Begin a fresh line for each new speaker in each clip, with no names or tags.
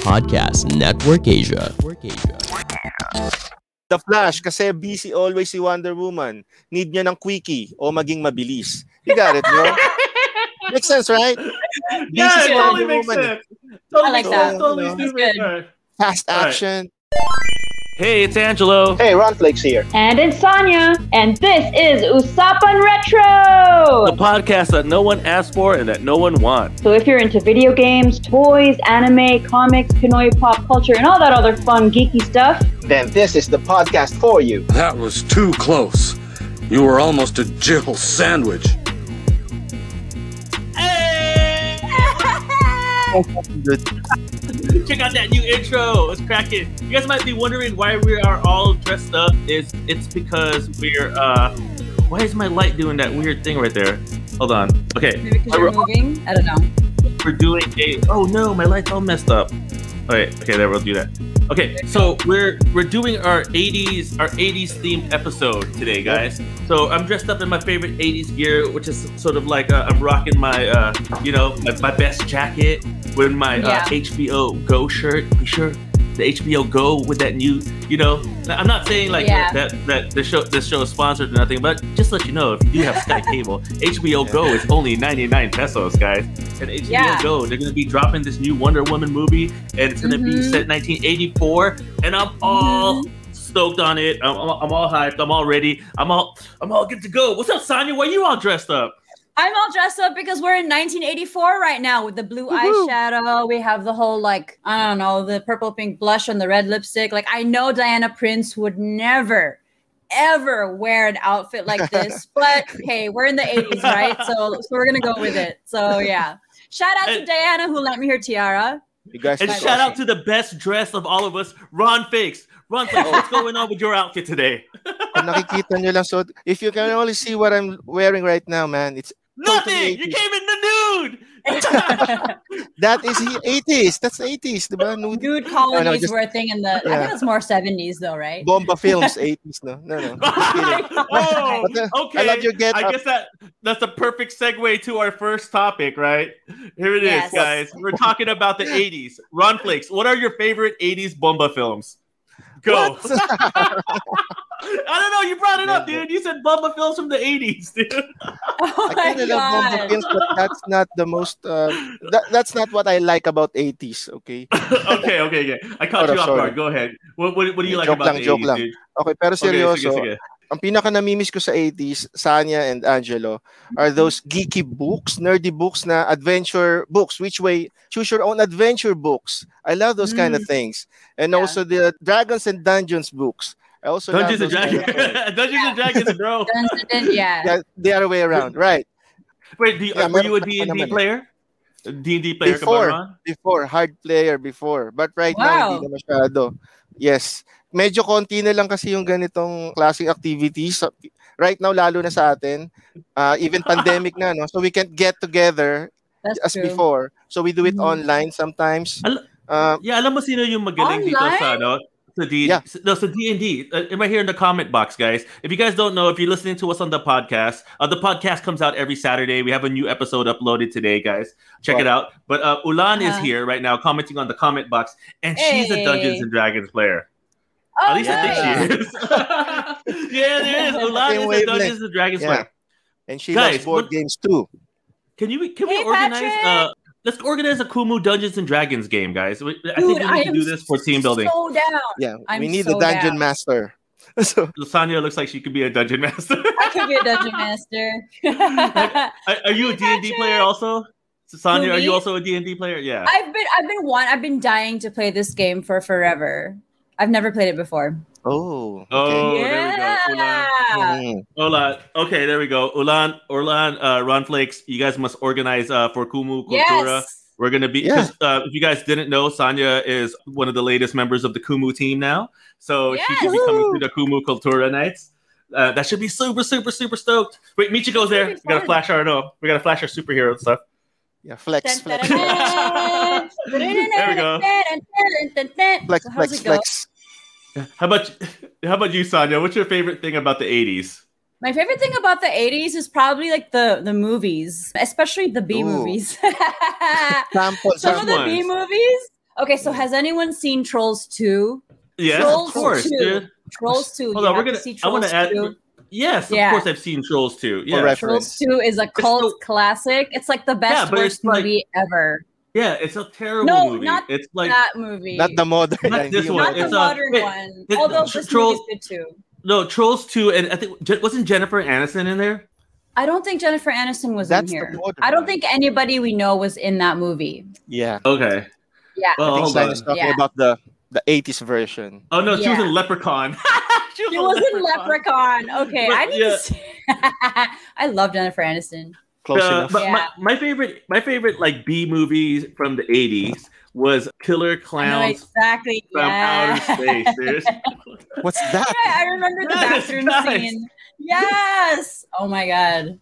Podcast Network Asia.
The Flash kasi busy always si Wonder Woman. Need niya ng quickie o maging mabilis. You got it, bro? makes sense, right? Busy si
Yeah, it totally
Wonder
makes
Woman.
sense. Totally
I like
makes sense,
that.
Totally
That's
stupid.
good.
Alright.
Fast
Alright.
action.
Hey, it's Angelo.
Hey, Ron Flakes here.
And it's Sonya. And this is Usapan Retro.
The podcast that no one asked for and that no one wants.
So if you're into video games, toys, anime, comics, Pinoy pop culture, and all that other fun geeky stuff,
Then this is the podcast for you.
That was too close. You were almost a Jill sandwich.
Check out that new intro. It's cracking. You guys might be wondering why we are all dressed up. Is it's because we're uh why is my light doing that weird thing right there? Hold on. Okay,
Maybe because
I
you're
re-
moving. I don't know.
we're doing a oh no, my light's all messed up. Alright, okay, there we'll do that. Okay, so we're we're doing our 80s our 80s themed episode today, guys. So I'm dressed up in my favorite 80s gear, which is sort of like uh, I'm rocking my uh you know my, my best jacket with my uh,
Yeah.
HBO Go shirt. Be sure the HBO Go with that new you know. I'm not saying like
Yeah.
that that the show this show is sponsored or nothing, but just let you know if you do have Sky Cable, HBO Go is only 99 pesos, guys. And HBO
Yeah.
Go, they're gonna be dropping this new Wonder Woman movie, and it's gonna be
Mhm.
set in 1984, and I'm all. Stoked on it. I'm, I'm, I'm all hyped. I'm all ready. I'm all I'm all good to go. What's up, Sonya? Why you all dressed up?
I'm all dressed up because we're in 1984 right now with the blue eyeshadow. We have the whole like I don't know the purple pink blush and the red lipstick. Like I know Diana Prince would never, ever wear an outfit like this, but hey, we're in the 80s, right? So so we're gonna go with it. So yeah, shout out to
And-
Diana who lent me her tiara.
You guys
And
are
shout out
awesome.
to the best dress of all of us, Ron Fakes. Ron Fakes, what's going on with your outfit today?
Kung nakikita nyo lang, so if you can only see what I'm wearing right now, man, it's
Nothing!
Totally
You came in the nude!
that is the 80s. That's 80s, di ba? Nude.
Dude,
I
colonies
know, just-
were a thing in the. I
Yeah.
think it's more 70s though, right?
Bomba Films, 80s, no? No, no. Just kidding.
oh,
But the-
okay.
I love your get
I
up.
guess that that's a perfect segue to our first topic, right? Here it is,
Yes.
guys. We're talking about the 80s. Ron Flakes, what are your favorite 80s Bomba films? Go.
What?
I don't know. You brought it up, dude. You said Bomba films from the 80s, dude.
Oh
I
my
kind of love Bomba
God.
Films, but that's not the most, uh, that, that's not what I like about 80s, okay?
okay, okay, okay. I caught
Sorry,
you off
sorry.
guard. Go ahead. What, what, what do you like
Joke
about
lang,
the
joke
80s,
lang.
dude?
Okay, pero seryoso,
Okay, sige, sige.
ang pinaka namimiss ko sa 80s, Sanya and Angelo, are those geeky books, nerdy books na adventure books, which way, choose your own adventure books. I love those kind of things. And
Mm. Yeah.
also the Dragons and Dungeons books. I also
Dungeons and
love those kind
Dragons.
of things.
Dungeons and Dragons, bro.
Yeah.
Yeah, the other way around, right.
Wait, do you,
Yeah,
were you a
meron pa
D&D
naman eh.
player? D&D player,
Before.
Kabaron?
Before, hard player before. But right now,
Wow.
hindi na masyado. Yes. Medyo konti na lang kasi yung ganitong klaseng activities. So, Right now, lalo na sa atin, uh, even pandemic na, no? So we can't get together
That's
as
true.
before. So we do it
Mhm.
online sometimes.
Al-
Uh,
Yeah, alam mo sino yung magaling dito
Online?
sa ano? Sa D,
Yeah.
no, sa D&D. Uh, right here in the comment box, guys. If you guys don't know, if you're listening to us on the podcast, uh, the podcast comes out every Saturday. We have a new episode uploaded today, guys. Check it out. But uh, Ulan is
Uh-huh.
here right now commenting on the comment box, and she's a Dungeons
Hey.
and Dragons player.
Oh,
At least I think she is. yeah, there is. Ulan
Same
is a
wavelength.
Dungeons and Dragons
Yeah.
player.
and she
Guys,
loves board
what-
games too.
Can you can we
Hey,
organize
Patrick!
uh let's organize a Kumu Dungeons and Dragons game, guys. We- I
Dude,
think we
I
need to
am
do this for team building.
So down.
Yeah,
I'm
we need a
so
dungeon
down.
master. So
Lasagna looks like she could be a dungeon master.
I could be a dungeon master.
Are, are you a
Hey,
D&D player also? Sonia,
Who,
are you
me?
also a D&D player? Yeah.
I've been I've been one I've been dying to play this game for forever. I've never played it before.
oh, okay.
Oh, there we go. Ulan.
Mhm.
Ulan. Okay, there we go. Ulan, Orlan, uh, Ron Flakes, you guys must organize uh, for Kumu Kultura.
Yes.
We're going to be,
Yeah.
'cause, uh, if you guys didn't know, Sonia is one of the latest members of the Kumu team now. So she
Yes.
should be coming to the Kumu Kultura nights. Uh, that should be super, super, super stoked. Wait, Michiko's
That's
there.
gonna
We
be
got to
fun.
flash our, no, we got to flash our superhero stuff.
Yeah, flex,
Dun,
flex,
dun, dun, dun.
There we go.
Dun, dun, dun, dun.
flex,
So how's
flex,
it go?
flex.
How about how about you, Sonia? What's your favorite thing about the '80s?
My favorite thing about the 80s is probably like the the movies, especially the B
Ooh.
movies.
Sample,
Some of
sample.
the B movies. Okay,
Hmm.
so has anyone seen Trolls 2?
Yes,
Trolls
of course,
two.
dude.
Trolls 2.
Hold
you
on, we're
have to
gonna.
see
I want
Trolls
to add.
2.
Yes,
Yeah.
of course, I've seen Trolls too. Yeah,
reference.
Trolls 2 is a cult
so-
classic. It's like the best
Yeah, but it's
worst
like-
movie ever.
yeah. It's a terrible
No,
movie.
not
it's like
that movie.
Not the modern.
Not
hindi
this
yung
one.
Not
modern.
the
It's a-
modern
it-
one.
it-
Although
Tr-
this
Trolls-
movie's good too.
no Trolls two, and I think Je- wasn't Jennifer Aniston in there?
I don't think Jennifer Aniston was
That's
in
the
here.
modern
I don't
one.
think anybody we know was in that movie.
yeah.
Okay.
Yeah.
Well,
I think
Oh, hold
Stein
on.
is talking
Oh, Yeah.
about the the 80s version.
Oh no, she was
Yeah.
in Leprechaun. she
She was in Leprechaun. Okay,
But,
I need
yeah.
to see. I love Jennifer Aniston.
Close
Uh,
enough.
but
Yeah.
my, my favorite, my favorite like B movies from the '80s was Killer
I know
Clowns
exactly.
from
yeah.
Outer Space. Dude.
What's that?
Yeah, I remember the
Yes,
bathroom
guys.
scene. Yes. Oh my god.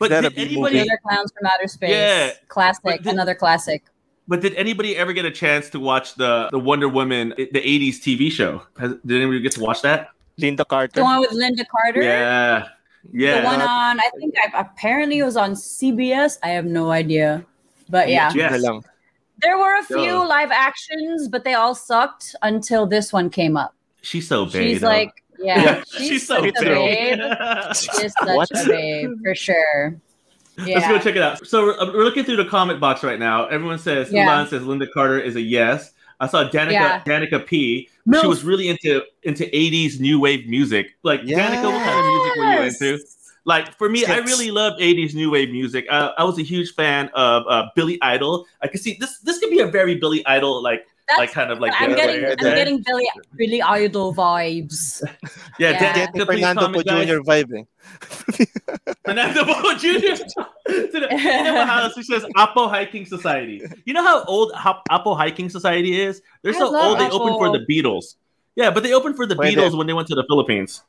But
that a
did
B
anybody?
movie?
Killer Clowns from Outer Space.
Yeah.
Classic.
But did-
Another classic.
But did anybody ever get a chance to watch the the Wonder Woman eh, the '80s TV show? Has, did anybody get to watch that?
Linda
The
Carter.
one with Linda Carter.
Yeah, yeah.
The one on I think I apparently it was on CBS. I have no idea. But yeah.
Yes.
Na lang.
There were a few
Yeah.
live actions, but they all sucked until this one came up.
she's so babe.
She's like, yeah,
she's,
she's,
so
such a
babe.
babe. She's such
What?
a babe for sure. Yeah.
Let's go check it out. So we're, uh, we're looking through the comment box right now. Everyone says
Yeah.
Mulan says Linda Carter is a yes. I saw Danica
Yeah.
Danica P. She
Milf.
was really into into 80s new wave music. Like Danica, what kind of music were you
Yes.
into? Like for me, I
Yes.
really love '80s new wave music. Uh, I was a huge fan of uh, Billy Idol. I could see this. This could be a very Billy Idol, like
That's,
like kind of like
I'm
yeah,
getting
like-
I'm getting Billy Billy Idol vibes. yeah.
yeah.
Get
Dan- Dan-
the
please
Fernando
comment,
Po eh.
guys.
Jr. vibing.
Fernando Po Jr. to the Animal House, which says Apo Hiking Society. You know how old Hop- Apo Hiking Society is? They're
I
so
love
old they opened for
Apo.
the Beatles. Yeah, but they opened for the
Wait,
Beatles
they-
when they went to the Philippines.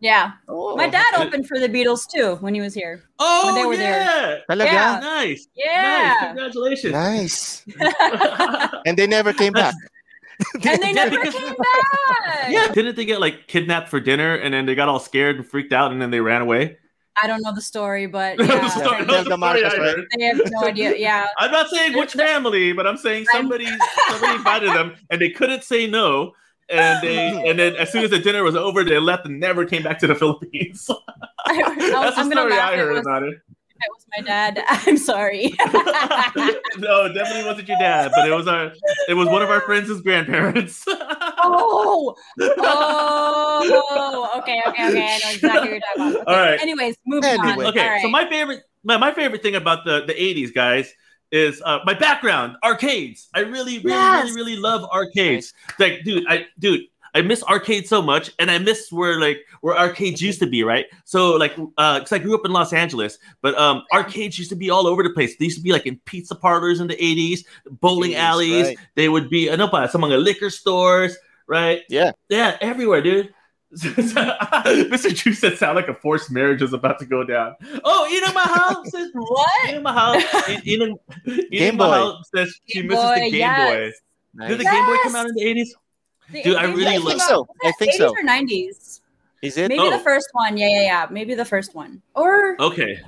Yeah. My dad
Good.
opened for the Beatles too when he was here.
Oh,
When they were there.
yeah.
Talaga?
Nice. Nice.
Yeah.
Congratulations.
Nice. And they never came back.
and they
Yeah,
never
because-
came back.
yeah. Didn't they get like kidnapped for dinner and then they got all scared and freaked out and then they ran away?
I don't know the story, but
That was the
yeah.
story- that was
Nelda
the
Marcos,
story I
right?
heard.
I have no idea. Yeah.
I'm not saying which
They're-
family, but I'm saying
I'm-
somebody somebody invited them and they couldn't say no. And they and then as soon as the dinner was over, they left and never came back to the Philippines.
I, I was,
That's the
I'm gonna
story
laugh.
I heard
it was,
about it.
it was my dad. I'm sorry.
no, it definitely wasn't your dad, but it was our it was one of our friends' grandparents.
oh, oh, okay, okay, okay. I know exactly what you're talking about. Okay.
All right.
Anyways, moving
Anyway.
on.
okay,
All right.
so my favorite my, my favorite thing about the the 80s guys is uh, my background arcades. I really really
Yes.
really really love arcades. Like dude, I dude I miss arcades so much, and I miss where like where arcades used to be, right? So like, uh, cause I grew up in Los Angeles, but um, arcades used to be all over the place. They used to be like in pizza parlors in the '80s, bowling
Jeez,
alleys.
right.
They would be uh, no, but it's among the liquor stores, right?
Yeah.
yeah, everywhere, dude. Mr. Chu said, "Sound like a forced marriage is about to go down." Oh, you know my house. is-
what?
You know my house. You- You know, you know my
Boy.
house says she
Game
misses the
Boy,
Game
yes.
Boy. Did
Nice.
the
Yes.
Game Boy come out in the '80s?
The
Dude, I
80s?
really
I
love-
think so. I think
80s
so.
or 90s.
Is it
Maybe
Oh.
the first one. Yeah, yeah, yeah. Maybe the first one. Or
Okay.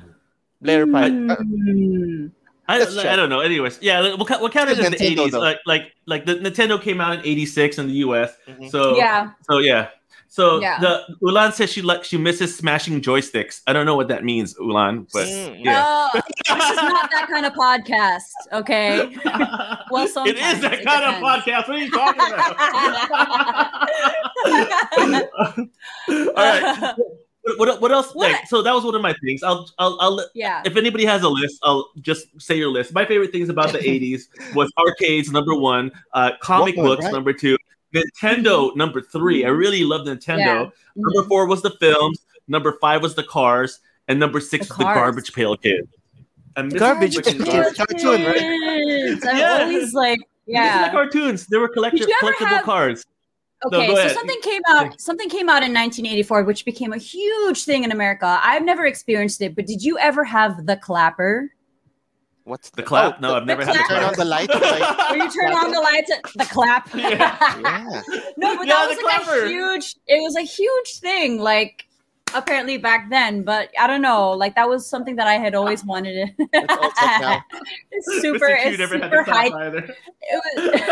Blair Pipe? Uh,
Hmm.
I,
Let's
like,
check.
I don't know. Anyways, yeah, like, we'll, ca- we'll count it
It's
as the
Nintendo,
eighties.
though.
Like like like the Nintendo came out in eighty six in the U.S.
Mhm.
So
yeah.
so yeah. So
Yeah.
the Ulan says she like she misses smashing joysticks. I don't know what that means, Ulan, but
Mm.
yeah.
Oh, this is not that kind of podcast. Okay. Well,
it
sometimes
is that
it
kind
depends.
of podcast. What are you talking about? All right. What, what, what else?
What?
Like, so that was one of my things. I'll I'll, I'll let-
yeah.
if anybody has a list, I'll just say your list. My favorite things about the 80s was arcades number one, uh, comic
Walkman,
books
right?
number two, Nintendo number three. I really loved Nintendo. Number four was the films. Number five was the cars, and number six
The
was the
cars.
garbage pail kid. And
Garbage Pail
Kid.
Kid. cartoon, right?
Kids. I'm
Yeah.
always like,
Yeah.
yeah.
cartoons. They were collector-
Did you ever
collectible
have-
cards. No,
Okay,
go
so
ahead.
something came out. Something came out in 1984, which became a huge thing in America. I've never experienced it, but did you ever have the clapper?
What's
The clap?
Oh,
no, I've never
the
had the
clap.
Turn on
clap.
the light. right?
Where you turn on the lights, at the clap.
Yeah.
Yeah.
no, but
Yeah,
that
the
was like
clapper.
a huge. It was a huge thing. Like apparently back then, but I don't know. Like that was something that I had
Ah.
always wanted. It.
It's all tech now.
it's super, it's super
stop
hype.
either.
It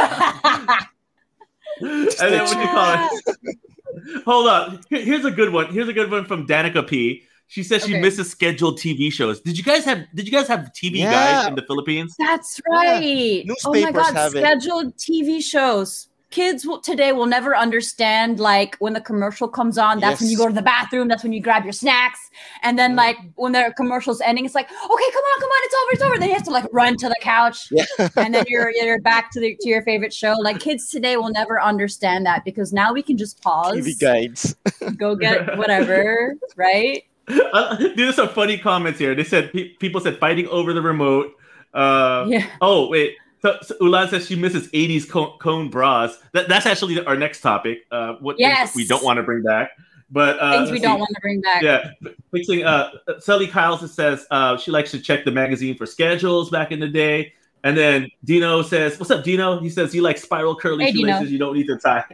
was.
And then what do you call it? Hold up. Here- Here's a good one. Here's a good one from Danica P. She says she
Okay.
misses scheduled TV shows. Did you guys have Did you guys have TV
Yeah.
guys in the Philippines?
That's right. oh my
Newspapers
god,
have it.
scheduled TV shows. Kids will, today will never understand like when the commercial comes on. That's when you
Yes.
go to the bathroom. That's when you grab your snacks. And then
Mm.
like when the commercial's ending, it's like okay, come on, come on, it's over, it's over. Then you have to like run to the couch,
Yeah.
and then you're you're back to the to your favorite show. Like kids today will never understand that because now we can just pause,
TV guides.
go get whatever, right?
Uh, dude, there's some funny comments here. They said pe- people said fighting over the remote. Uh,
yeah.
Oh wait, so, so Ulan says she misses '80s cone, cone bras. That, that's actually our next topic. Uh, what things
Yes.
we don't want to bring back, but uh,
Things we
let's
don't
see.
want to bring back.
Yeah, fixing. Uh, Sally Kyles says uh, she likes to check the magazine for schedules back in the day. And then Dino says, "What's up, Dino?" He says he likes spiral curly
Hey, Dino.
shoelaces. You don't need to tie.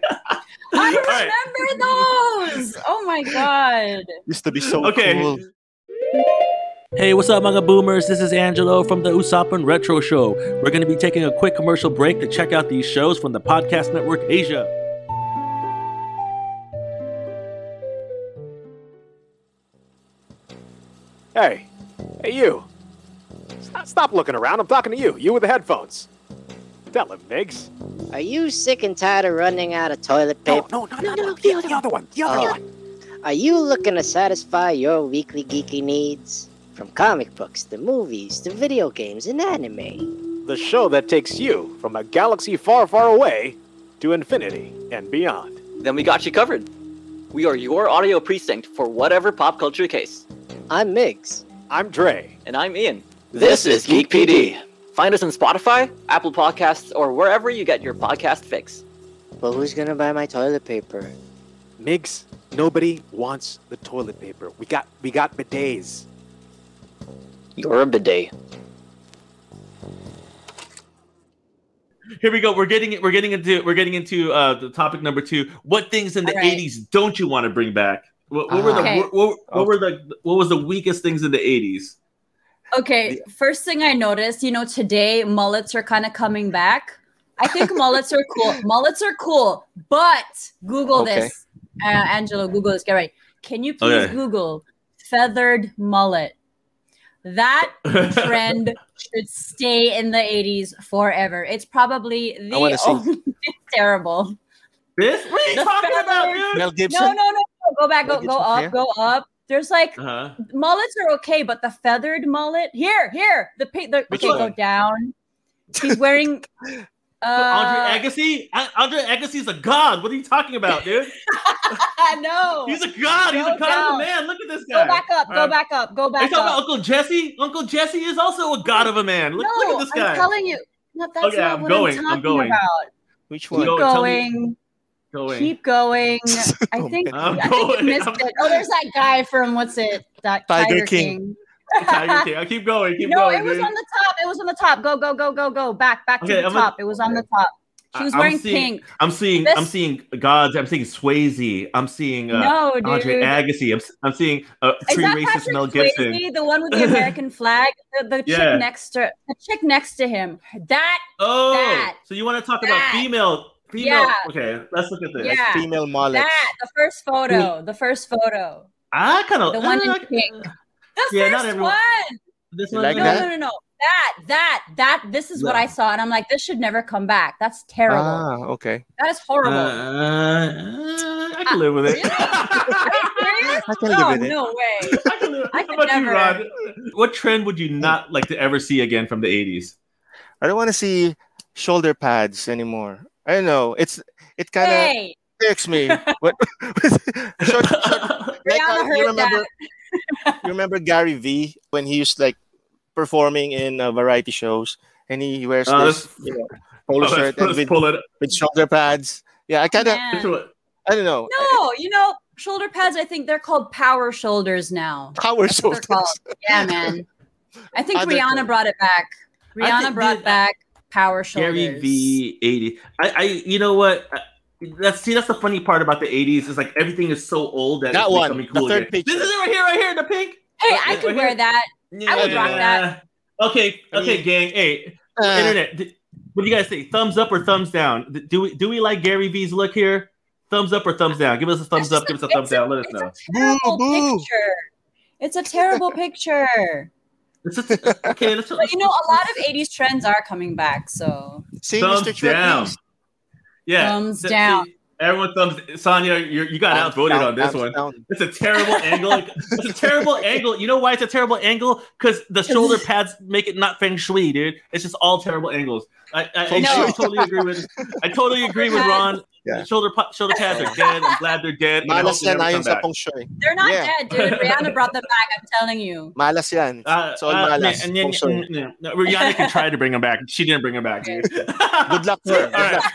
I
All right.
remember those. Oh my god.
Used to be so
Okay.
cool.
Hey, what's up, mga boomers? This is Angelo from the Usapan Retro Show. We're going to be taking a quick commercial break to check out these shows from the Podcast Network Asia.
Hey, hey, you. Stop, stop looking around. I'm talking to you. You with the headphones. Tell him, Migs.
Are you sick and tired of running out of toilet
No,
paper?
no, no, no, no. The, the other one. The other
Oh.
one.
Are you looking to satisfy your weekly geeky needs? From comic books to movies to video games and anime.
The show that takes you from a galaxy far, far away to infinity and beyond.
Then we got you covered. We are your audio precinct for whatever pop culture case.
I'm Migs.
I'm Dre.
And I'm Ian. This is Geek PD. Find us on Spotify, Apple Podcasts, or wherever you get your podcast fix.
But who's gonna buy my toilet paper?
Migs, nobody wants the toilet paper. We got, we got bidets.
You're a bidet.
Here we go. We're getting we're getting into we're getting into uh, the topic number two. What things in the
All right.
'80s don't you want to bring back? What, what were the
Okay.
what, what, what were the what was the weakest things in the '80s?
Okay, first thing I noticed, you know, today mullets are kind of coming back. I think mullets are cool. Mullets are cool, but Google
Okay.
this, uh, Angelo. Google this. Get ready. Can you please
Okay.
Google feathered mullet? That trend should stay in the '80s forever. It's probably the
wanna see.
only it's terrible.
This? What are you
The
talking
feathers.
about, dude?
Mel Gibson.
No, no, no, no. Go back. Go,
Like
go
it's
up.
here?
Go up. There's like
Uh-huh.
mullets are okay, but the feathered mullet here, here, the pa- the
Which
okay, go
one?
down. He's wearing. uh,
Andre Agassi? A- Andre Agassi's a god. What are you talking about, dude?
I know.
He's a god. He's
Go
a god of
down.
a man. Look at this guy.
go back up. Go
Uh,
back up. Go
Are you
back
talking about
up.
Uncle Jesse? Uncle Jesse is also a god of a man. Look,
no,
look at this guy.
I'm telling you. No, that's
Okay,
not
I'm
what
going,
I'm
I'm
talking
going.
about.
Which
Keep
one?
Go, tell me-
going.
Going.
Keep going. I
Oh,
think.
man.
I'm
I think you
going.
missed
I'm-
it. Oh, there's that guy from what's it? That
Tiger
Tiger
King.
Tiger King. I keep going. Keep
no,
going.
it was
dude.
on the top. It was on the top. Go, go, go, go, go. Back, back
Okay,
to the
I'm gonna-
top. It was on the top. She was
I- I'm
wearing
seeing-
pink.
I'm seeing. I'm
This-
seeing gods. I'm seeing Swayze. I'm seeing uh,
no, dude.
Andre Agassi. I'm, I'm seeing uh,
Is that
pre-racist
Patrick
Mel Gibson.
Swayze, the one with the American flag, the, the
Yeah.
chick next to the chick next to him. That
Oh,
That.
so you want to talk
That.
about female? Female.
Yeah.
Okay, let's look at this.
yeah,
Female mullet.
that the first photo, the first photo,
I kind of
the one in pink. The
Yeah, not
first
everyone-
one.
This
You
one,
like
No,
that?
no, no, no. That, that, that. This is what
No.
I saw, and I'm like, this should never come back. That's terrible.
Ah, okay.
that is horrible.
Uh, I can live with it.
Are you serious?
I can
No,
live with it.
no way.
I can live-
I
How
could
about you,
never.
Rod? What trend would you not like to ever see again from the 80s?
I don't want to see shoulder pads anymore. I don't know. It's it kind of
Hey,
irks me. What? short, short Like,
Rihanna
uh,
heard that.
you remember Gary V when he used like performing in uh, variety shows and he wears
Uh,
this
let's-
you know, polo
Oh,
shirt
let's,
and
let's
with,
pull it.
with shoulder pads. Yeah, I kind of
man.
Let's pull it.
I don't know.
No, you know, shoulder pads, I think they're called power shoulders now.
Power
That's what
shoulders.
they're called. Yeah, man. I think
Other
Rihanna
clothes.
brought it back.
I
Rihanna
think
brought
the-
back power shoulders.
Gary V 80. I, I you know what? I, That's see, that's the funny part about the '80s is like everything is so old that
That
it's
one,
becoming
the
cool
third
again.
picture.
This is it right here, right here, the pink.
Hey,
Right
I
here,
could
right
wear
here.
that. I would rock that.
Okay,
I
okay,
mean-
gang. Hey,
Uh.
internet. d- What do you guys think? Thumbs up or thumbs down? D- Do we do we like Gary V's look here? Thumbs up or thumbs down? Give us a thumbs
just
up. Give us a
a-
thumbs down. Let us know.
Terrible
boo.
picture. It's a terrible picture.
It's a- okay, let's,
But you know, a lot of 80s trends are coming back, so
See,
thumbs
Mr. Trip
down.
Leaks.
Yeah,
Thumbs
th-
down.
see, everyone thumbs. Sonia, you you got
Thumbs
outvoted
down,
on this
thumbs
one.
down.
It's a terrible angle. It's a terrible angle. You know why it's a terrible angle? Because the shoulder pads make it not feng shui, dude. It's just all terrible angles. I, I, I
Feng
shui.
totally agree with. I totally agree with Ron.
Yeah.
Shoulder pa- shoulder pads are dead. I'm glad they're dead. and I hope
Malas
they
yan
never
ayon
come
sa eh.
back.
Pongshoy.
they're not
Yeah.
dead, dude. Rihanna brought them back, I'm telling you.
Malas yan.
Uh,
It's all
uh,
malas.
yeah, yeah,
Pongshoy.
yeah, yeah. No, Rihanna can try to bring him back. She didn't bring him back. Dude.
Good luck, sir.
All right.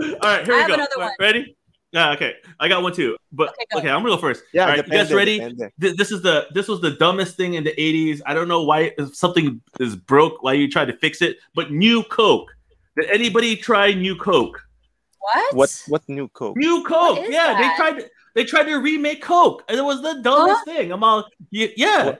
All right, here
I
we
have
go.
another
All right,
one.
Ready? Yeah, okay. I got one too. But
Okay,
okay,
go.
I'm gonna go first.
Yeah,
All right, you guys
depende,
ready?
depende.
Th- this is the this was the dumbest thing in the 80s. I don't know why if something is broke, why you tried to fix it, but new Coke. Did anybody try new Coke?
What?
What what new coke?
New Coke.
is
Yeah,
that?
they tried to they tried to remake Coke, and it was the dumbest thing. I'm all y- yeah.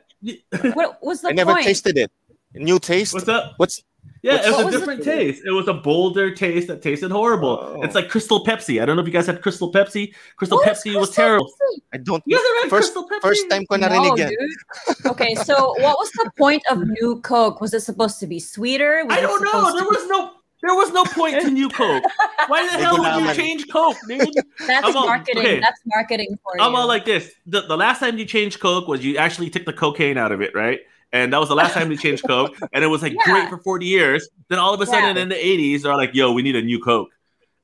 What was the
I never
point?
tasted it. New taste?
What's up?
What's
Yeah,
What's-
it was
What
a
was
different
it?
taste. It was a bolder taste that tasted horrible.
Oh.
It's like Crystal Pepsi. I don't know if you guys had Crystal Pepsi. Crystal
What is
Pepsi was
Crystal
terrible.
Pepsi?
I don't
You guys ever had
first
Crystal Pepsi?
first time ko
No,
narinig yan.
dude. Okay, so what was the point of new Coke? Was it supposed to be sweeter? Was
I
it
don't know.
supposed
There
to
was no there was no point to new Coke. Why the hell would you
Gulaman.
change Coke, dude?
be- That's
I'm all-
marketing.
okay.
That's marketing for
I'm
you.
all like this. The, the last time you changed Coke was you actually took the cocaine out of it, right? And that was the last time you changed Coke, and it was like
Yeah.
great for 40 years. Then all of a
Yeah.
sudden in the 80s, they're like, yo, we need a new Coke.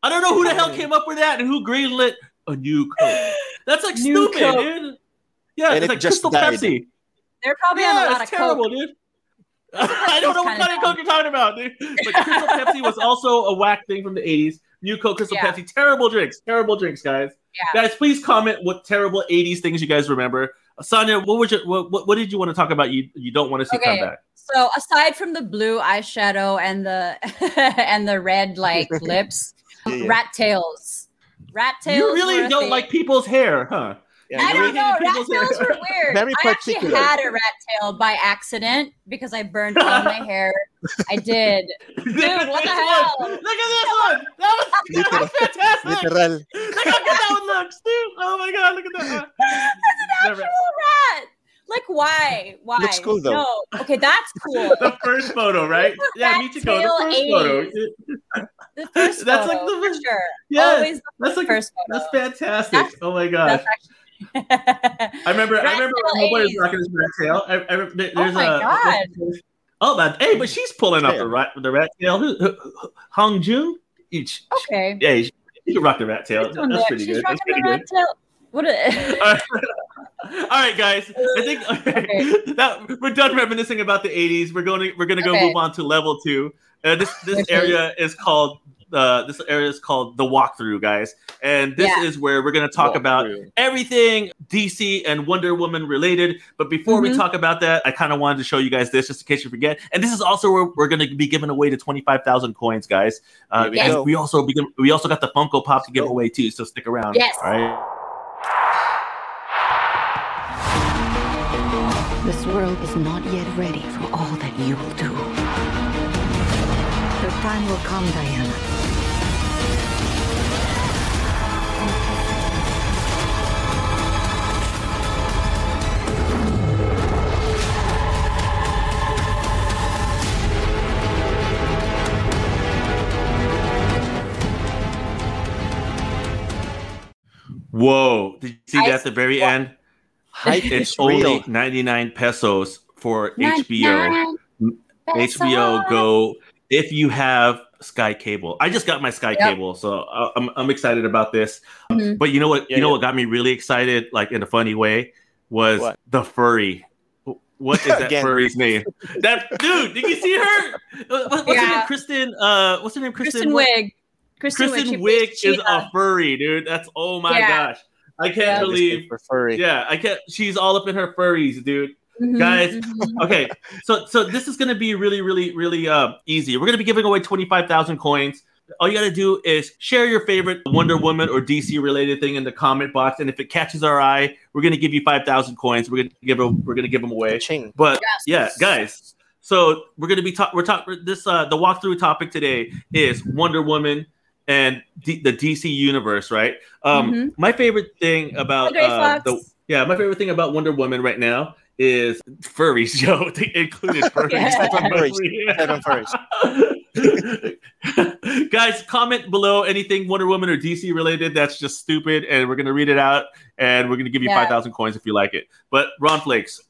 I don't know who the hell came up with that and who greenlit a new Coke. That's like
New
stupid,
Coke.
dude. Yeah,
And
it's
it
like
just
Crystal
died.
Pepsi.
They're probably on a
Yeah,
lot of
it's terrible,
Coke.
dude. I don't know
Crystal's
what kind of
kinda
Coke you're talking about, dude. But Crystal Pepsi was also a whack thing from the 80s. New Coke, Crystal
Yeah.
Pepsi, terrible drinks, terrible drinks, guys.
Yeah.
Guys, please comment what terrible 80s things you guys remember. Sonia, what was your, what, what, what did you want to talk about you you don't want to see
Okay.
come back?
So aside from the blue eyeshadow and the and the red like lips,
Yeah, yeah.
rat tails. Rat tails.
You really
were a
don't
thing.
like people's hair, huh?
Yeah,
I
you
don't
really
know.
hated
Rat
people's
tails
hair.
were weird.
Very
I actually
particular.
had a rat tail by accident because I burned all my hair. I did.
Dude,
what the hell?
Look at this one. That was, that was fantastic.
Literal.
Look how good that one looks, dude. Oh my god, look at that.
Actual rat. Like why? Why?
Looks cool, though.
No. Okay, that's cool.
the first photo, right? Yeah,
Rat
Michiko,
tail
the first
80s.
photo.
The first
That's like
photo,
the
for
first-
sure.
Yeah,
Always the
that's like
first photo.
that's fantastic.
That's-
oh my gosh.
That's actually.
I remember, I
Rat
remember
tail
my boy was
80s.
rocking his rat tail. I, I, there- there's
my
a,
God.
Oh man, hey, but she's pulling up the
Tail.
rat, the rat tail. Who- who- who- Hong Jun, each,
okay.
yeah, you can rock the rat tail.
She's doing
That's
that.
pretty
She's
good. That's
rocking
pretty
the
good.
rat tail. What a
All right. All right, guys. I think that we're done reminiscing about the '80s. We're going. To, we're going to go
Okay.
move on to level two. Uh, this this
Okay.
area is called uh, this area is called the walkthrough, guys, and this
Yeah.
is where we're going to talk about everything DC and Wonder Woman related. But before we
Mhm.
talk about that, I kind of wanted to show you guys this just in case you forget. And this is also where we're going to be giving away the 25,000 coins, guys. Uh,
Here
we
and
go.
we also be, we also got the Funko Pop to give
go.
away too, so stick around.
Yes.
All right.
This world is not yet ready for all that you will do. Your time will come, Diana.
Whoa! Did you see
I-
that at the very
what?
end?
Hype
It's
is
only
real.
99 pesos for HBO.
Nine
HBO
pesos.
Go if you have Sky Cable. I just got my Sky
Yep.
Cable, so I- I'm I'm excited about this.
Mhm.
But you know what?
Yeah,
you know
yeah.
what got me really excited, like in a funny way, was
What?
the furry. What is that
Again.
furry's name? That dude. Did you see her? Uh, what- What's her
Yeah.
name? Kristen. Uh, what's her name?
Kristen Wig. Kristen,
Kristen
Wiig.
Wiig
She plays
is a furry, dude. That's oh my
Yeah.
gosh. I can't
Yeah.
believe.
for furry.
Yeah, I can't. She's all up in her furries, dude
Sheila. Mhm,
Guys.
mhm.
okay um, so so this is going to be really really really uh, easy we're going to be giving away 25000 coins All you got to do is share your favorite Wonder Woman or DC related thing in the comment box, and if it catches our eye, we're gonna give you five thousand coins. We're gonna give them. We're gonna give them away. But yeah, guys. So we're gonna be talk. We're talking this. Uh, the walkthrough topic today is Wonder Woman and D- the DC universe, right? Um,
Mhm.
My favorite thing about
Grey
uh,
Fox.
the yeah, my favorite thing about Wonder Woman right now is furries, yo. They included furries. Guys, comment below anything Wonder Woman or DC related that's just stupid, and we're gonna read it out, and we're gonna give you
Yeah.
five thousand coins if you like it. But Ron Flakes,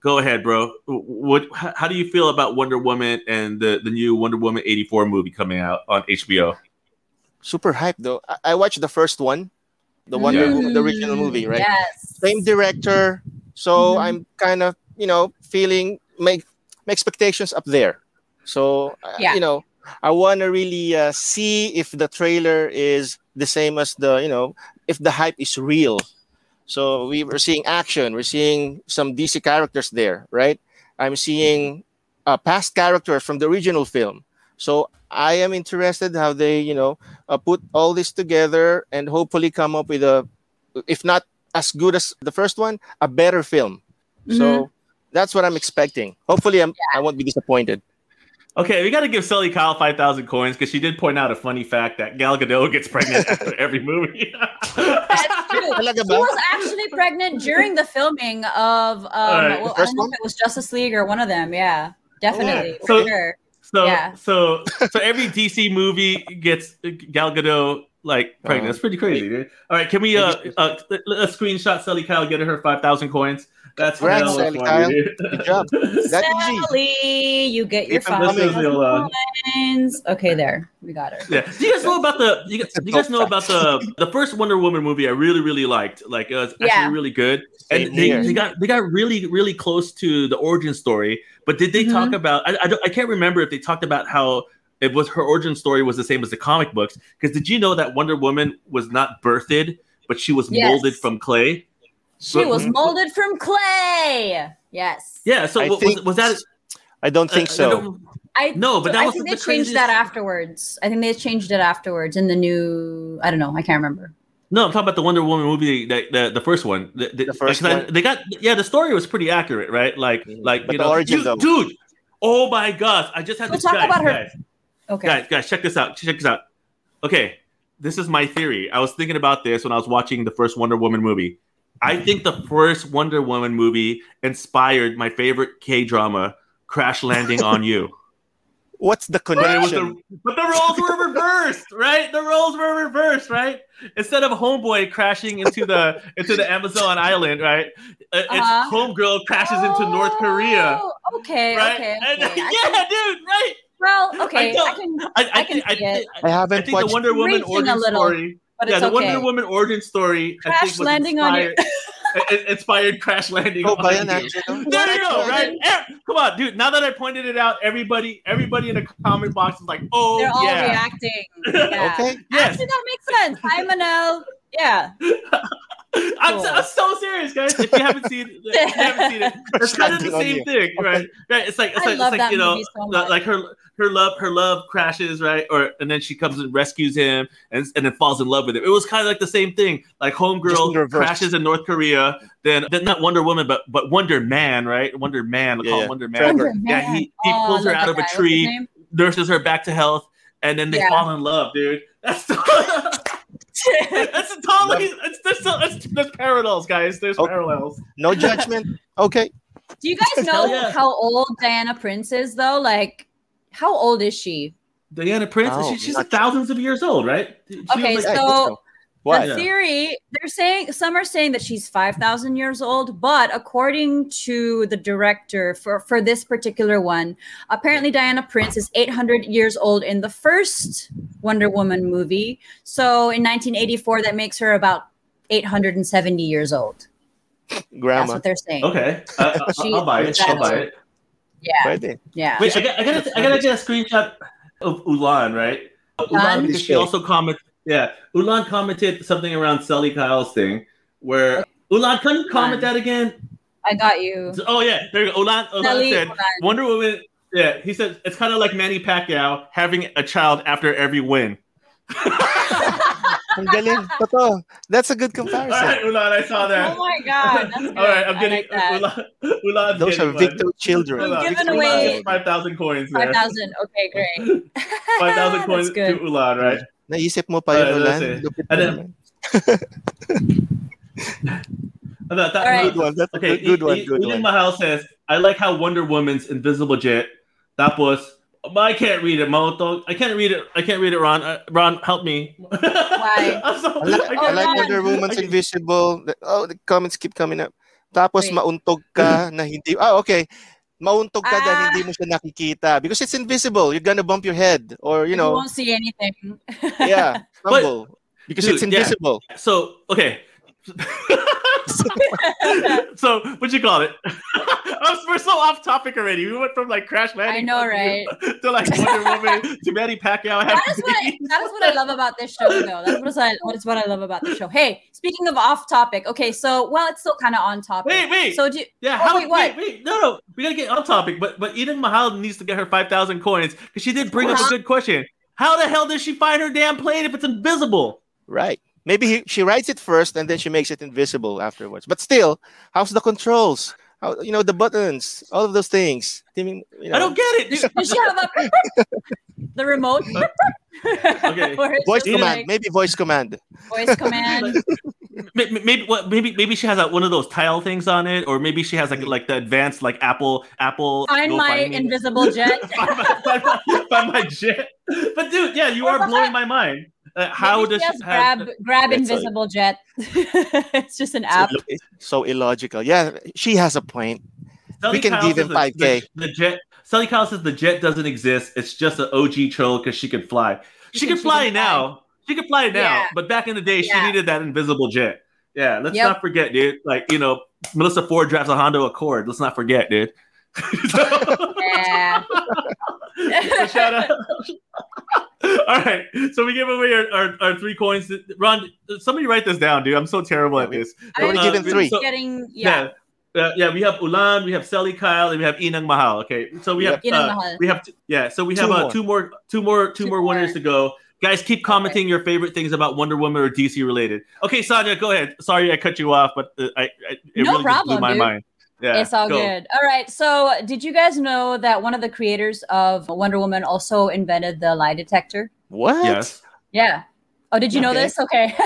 go ahead, bro. What? h- How do you feel about Wonder Woman and the the new Wonder Woman eighty four movie coming out on HBO?
Super hype though. I, I watched the first one, the
Mm.
Wonder
Yeah.
Woman, the original movie, right?
Yes.
Same director, so I'm kind of you know feeling my, my expectations up there. So uh,
Yeah.
you know, I want to really uh, see if the trailer is the same as the you know if the hype is real. So we were seeing action. We're seeing some DC characters there, right? I'm seeing a past character from the original film. So I am interested how they, you know, uh, put all this together and hopefully come up with a, if not as good as the first one, a better film. So
Mm-hmm.
that's what I'm expecting. Hopefully, I'm, I won't be disappointed.
Okay, we got to give Sully Kyle five thousand coins because she did point out a funny fact that Gal Gadot gets pregnant after every movie.
She was actually pregnant during the filming of um,
right,
well,
the
I
first
don't know if it was Justice League or one of them. Yeah, definitely. for
So-
sure.
So
Yeah.
so so every DC movie gets Gal Gadot like pregnant. That's pretty crazy, dude. All right, can we uh, uh let- let a screenshot Sally Kyle get her five thousand coins? That's
Congrats,
hell of
Sally
funny,
Kyle.
dude.
Good job. That easy.
Sally, you get your
If I'm listening, they'll, uh,
five coins. Okay, there. We got her.
Yeah. Do you guys know about the? You guys, do you guys know about the the first Wonder Woman movie? I really really liked. Like uh, it's actually
Yeah.
really good.
Same
And they,
here.
they got they got really really close to the origin story. But did they
Mm-hmm.
talk about? I I, don't, I can't remember if they talked about how it was her origin story was the same as the comic books. Because did you know that Wonder Woman was not birthed, but she was
Yes.
molded from clay?
She
But-
was molded from clay. Yes.
Yeah. So
I
what,
think-
was, was that?
I don't think
I
so.
don't-
I
No, but that
I
was
think
the
they changed
craziest-
that afterwards. I think they changed it afterwards in the new. I don't know. I can't remember.
No, I'm talking about the Wonder Woman movie, the the, the first one. The, the,
first
because I-
one. Mm-hmm.
they got yeah, the story was pretty accurate, right? Like like
But
you
the
know,
origin,
you-
though.
dude. Oh my gosh, I just had
We'll
to
talk
guys,
about her-
Guys,
Okay.
guys, guys, check this out. Check this out. Okay, this is my theory. I was thinking about this when I was watching the first Wonder Woman movie. I
Mm-hmm.
think the first Wonder Woman movie inspired my favorite K drama, Crash Landing on You.
What's the
But it was
connection?
the- but the roles were reversed, right? The roles were reversed, right? Instead of homeboy crashing into the into the Amazon island, right? uh,
Uh-huh.
It's homegirl crashes into North Korea.
Oh, okay.
Right?
Okay.
And-
okay. I
yeah, dude. Right.
Well, okay. I,
don't-
can.
I, I,
can
think- I,
see it.
think-
I haven't
I think the
watched-
Wonder Woman
Reaching a
origin
little,
story.
but
yeah,
it's
the Wonder
okay.
Woman origin story. I
Crash
think was
landing on you.
inspired- it- it inspired crash landing.
Oh,
on
Bayan
you.
Angelo.
There you
What
go,
a
right? Eh, Come on, dude. Now that I pointed it out, everybody, everybody in the comment box is like, "Oh,
They're all
yeah."
reacting. Yeah.
Okay.
Yes.
Actually, that makes sense. I'm an L. Yeah.
I'm, so, I'm so serious, guys. If you haven't seen, if you haven't seen it, it's kind of the
Landing on you.
same thing, right? Right? It's like it's
I
like,
love
it's like
that
you know,
movie so
the-
much.
like her her love her love crashes, right? Or and then she comes and rescues him, and and then falls in love with him. It was kind of like the same thing. Like
Just in
homegirl
reverse.
crashes in North Korea, then, then not Wonder Woman, but but Wonder Man, right? Wonder Man, we
Yeah,
call
yeah.
him Wonder Man.
Trevor. Wonder
Yeah, he, he
Oh, I
pulls her
love
out
that
of a
guy. What's his
tree,
name?
nurses her back to health, and then they
Yeah.
fall in love, dude. That's the That's totally. It's, there's, there's, there's parallels, guys. There's parallels.
No judgment. Okay.
Do you guys know
Hell yeah.
how old Diana Prince is though? Like, how old is she?
Diana Prince.
Oh,
she, she's
not-
thousands of years old, right? She was
Okay,
like-
so
Why?
the theory they're saying some are saying that she's 5000 years old but according to the director for for this particular one apparently diana prince is 800 years old in the first wonder woman movie so in 1984 that makes her about 870 years old that's
Grandma.
what they're saying
Okay, I,
She-
will buy it. I'll buy it.
yeah
Pwede.
yeah
Wait, I, got- I gotta, I gotta get a screenshot of Ulan, right?
Ulan?
Ulan, because she also commented. Yeah, Ulan commented something around Sully Kyle's thing, where Ulan, can you comment that again?
i got you
Oh yeah, there you go. Ulan, Ulan
Sally
said
Ulan.
Wonder Woman Yeah, he said it's kind of like Manny Pacquiao having a child after every win.
Ang galing. Totoo. That's a good
All right,
comparison.
Ulan, I saw that.
Oh my god. That's good.
All right, I'm
I
getting
like that.
Ulan, Ulan's
Those
getting
are
one.
Victor children.
We've given
Ulan
away-
gets 5,000 coins there.
5,000. Okay, great.
5,000 coins
good.
to Ulan, right?
Naisip mo pa yun,
Alright,
Ulan.
that's it.
Lupit
And
mo
then-
naman.
I thought that-
All right.
Good one. That's a
Okay,
good, good one.
I- I-
Good
Ian
one.
Mahal says, I like how Wonder Woman's Invisible Jet, that was, I can't read it, Moto. I can't read it. I can't read it, Ron. Uh, Ron, help me.
Why?
I'm so,
I like, I
Oh,
like
Ulan.
Wonder Woman's
Okay.
Invisible. Oh, the comments keep coming up. Tapos
Wait.
mauntog ka na hindi... Ah, okay. Mauntog ka dahil
Ah.
hindi mo siya nakikita. Because it's invisible. You're gonna bump your head. Or, you
you
know,
won't see anything.
yeah.
But-
Tumble. because
Dude,
it's
yeah.
invisible.
So okay. so what you call it? Us- We're so off topic already. We went from like crash
I
landing.
know, right?
To like Wonder Woman to Manny Pacquiao.
That
having
is, what I,
babies.
that is what I love about this show, though. That's what I, what is what I love about the show. Hey, speaking of off topic, okay, so, well, it's still kind of on topic.
Wait, wait.
So, do you,
yeah.
Oh,
How?
wait, what?
Wait, wait. No, no. We gotta get on topic. But but Eden Mahal needs to get her five thousand coins because she did bring up
Huh?
a good question. How the hell does she find her damn plane if it's invisible?
Right. Maybe he, she writes it first and then she makes it invisible afterwards. But still, how's the controls? How, you know, the buttons, all of those things. I, mean, you know,
I don't get it. Dude.
does she have a, the remote?
Uh, Okay.
Where it's
Voice
just
command.
like
Maybe voice command.
voice command.
May- may- maybe what maybe maybe she has like, one of those tile things on it or maybe she has like like the advanced like apple apple
Find
Go
my
me.
invisible jet.
find, my, find, my, find my jet but dude yeah you
Or
are
perhaps-
blowing my mind Uh, how
Maybe
does
she has
she have,
grab grab
That's all.
invisible jet? it's just an app.
So, illo- so illogical. Yeah, she has a point. we
Sally
can
Kyle
give
says
him
the-
5K.
the, the jet Sally Kyle says the jet doesn't exist it's just an OG troll because she could fly
She
she, could
can- she can fly.
fly now she could fly now
Yeah.
but back in the day she
Yeah.
needed that invisible jet yeah let's
Yep.
not forget dude like you know Melissa Ford drives a Honda Accord let's not forget dude
Yeah.
So shout out. All right, so we give away our, our, our three coins. Ron, somebody write this down, dude. I'm so terrible at this.
We're
I'm
given three.
so-
getting yeah.
yeah, uh, yeah, we have Ulan, we have Sally Kyle, and we have Inang Mahal. Okay, so we have
Yep. Inang
uh,
Mahal.
we have t- yeah, so we
Two
have uh,
more.
two more two more two
Two
more winners
more.
to go. Guys, keep commenting your favorite things about Wonder Woman or DC related. Okay, Sonia, go ahead. Sorry I cut you off, but uh, I, I it
No
really just blew
problem,
my
dude.
mind. Yeah,
it's all
go.
good. All right. So, did you guys know that one of the creators of Wonder Woman also invented the lie detector?
What?
Yes.
Yeah. Oh, did you know
Okay.
this? Okay.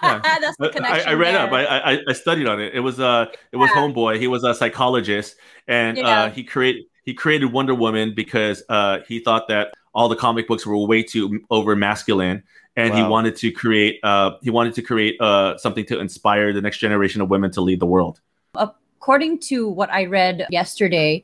That's the
I,
connection.
I read
there.
up. I, I I- I studied on it. It was uh it was
Yeah.
homeboy. He was a psychologist, and uh,
Yeah.
he created he created Wonder Woman because uh, he thought that all the comic books were way too over masculine, and he
Wow.
wanted to create uh he wanted to create uh something to inspire the next generation of women to lead the world.
According to what I read yesterday,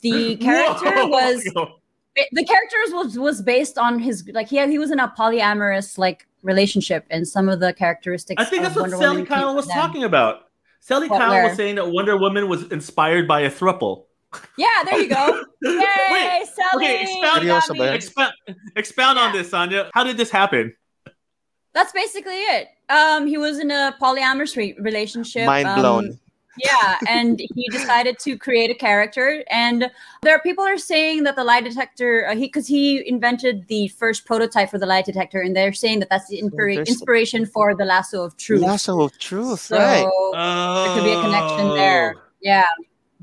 the character
Whoa!
was ba- the characters was was based on his like he had, he was in a polyamorous like relationship and some of the characteristics
I think
of
that's what
Wonder
Sally
Woman
Kyle
came
was
from them.
talking about. Sally
What,
Kyle was
where?
saying that Wonder Woman was inspired by a thruple.
yeah there you go yay
Wait,
Sally
okay, expound-
you got
Curioso
me.
ba yan?
expound, expound on this, Sonia. How did this happen?
that's basically it um he was in a polyamorous re- relationship
Mind
um,
blown.
yeah and he decided to create a character and there are people are saying that the lie detector uh, he because he invented the first prototype for the lie detector and they're saying that that's the inspira-
there's-
inspiration for the lasso of truth
Lasso of truth,
so
right?
There
could be a connection there. yeah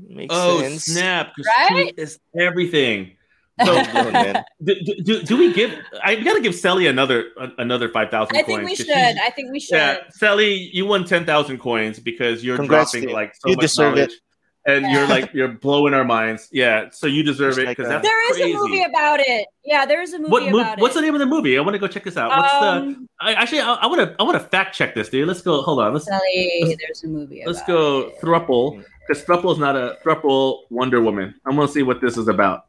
Makes
Oh
sense.
snap! 'cause
Right?
truth Is everything. So,
Good one, man.
do, do- do, do we give? I we gotta give Sally another a- another five thousand.
i think we should i think we should
Yeah, Sally, you won ten thousand coins because you're
Congrats to
dropping
you.
like so
You
much
deserve it.
knowledge, and
Yeah.
you're like you're blowing our minds. Yeah, so you deserve
Just
it
like
because
a-
that's
There is
crazy.
a movie about it. Yeah, there is a movie
What mov-
about
What's the
it.
name of the movie? I want to go check this out. What's the?
um,
I, actually, I want to I want to fact check this, dude. Let's go. Hold on. Let's
Sally,
let's-
there's a movie.
let's
about
go
it.
thruple because thruple is not a thruple Wonder Woman. I'm gonna see what this is about.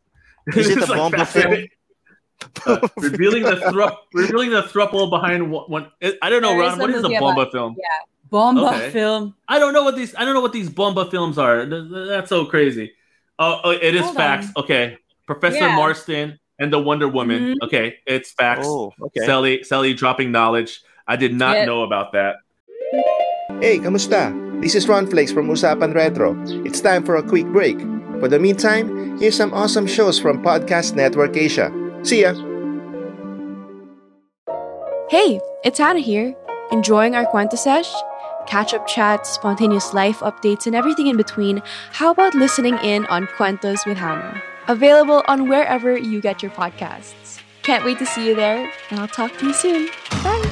Is it
This
a Wonder
fascinating. Uh, revealing the thrup, revealing the thruple behind one. one I don't know,
There
Ron.
is a
What is a
movie
bomba
about-
film?
yeah. Bomba
Okay.
film.
I don't know what these. I don't know what these bomba films are. Th- th- That's so crazy. Oh, oh it is
Hold
facts. Okay, Professor
Yeah. Mm-hmm.
Marston and the Wonder Woman. Okay, it's facts.
Oh, okay.
Sally, Sally dropping knowledge. I did not
Yeah.
know about that.
Hey, kamusta? This is Ron Flakes from Usapan Retro. It's time for a quick break. For the meantime, here's some awesome shows from Podcast Network Asia. See ya!
Hey, it's Hannah here. Enjoying our Quanta Sesh? Catch up chats, spontaneous life updates, and everything in between. How about listening in on Cuentos with Hannah? Available on wherever you get your podcasts. Can't wait to see you there, and I'll talk to you soon. Bye.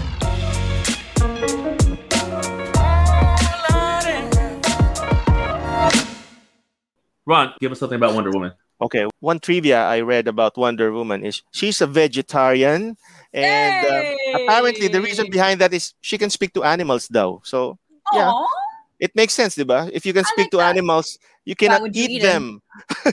Ron, give us something about Wonder Woman.
Okay, one trivia I read about Wonder Woman is she's a vegetarian, and uh, apparently the reason behind that is she can speak to animals, though. So yeah,
Aw.
it makes sense, diba? If you can speak to animals, you cannot
would you
eat,
eat
them.
'em?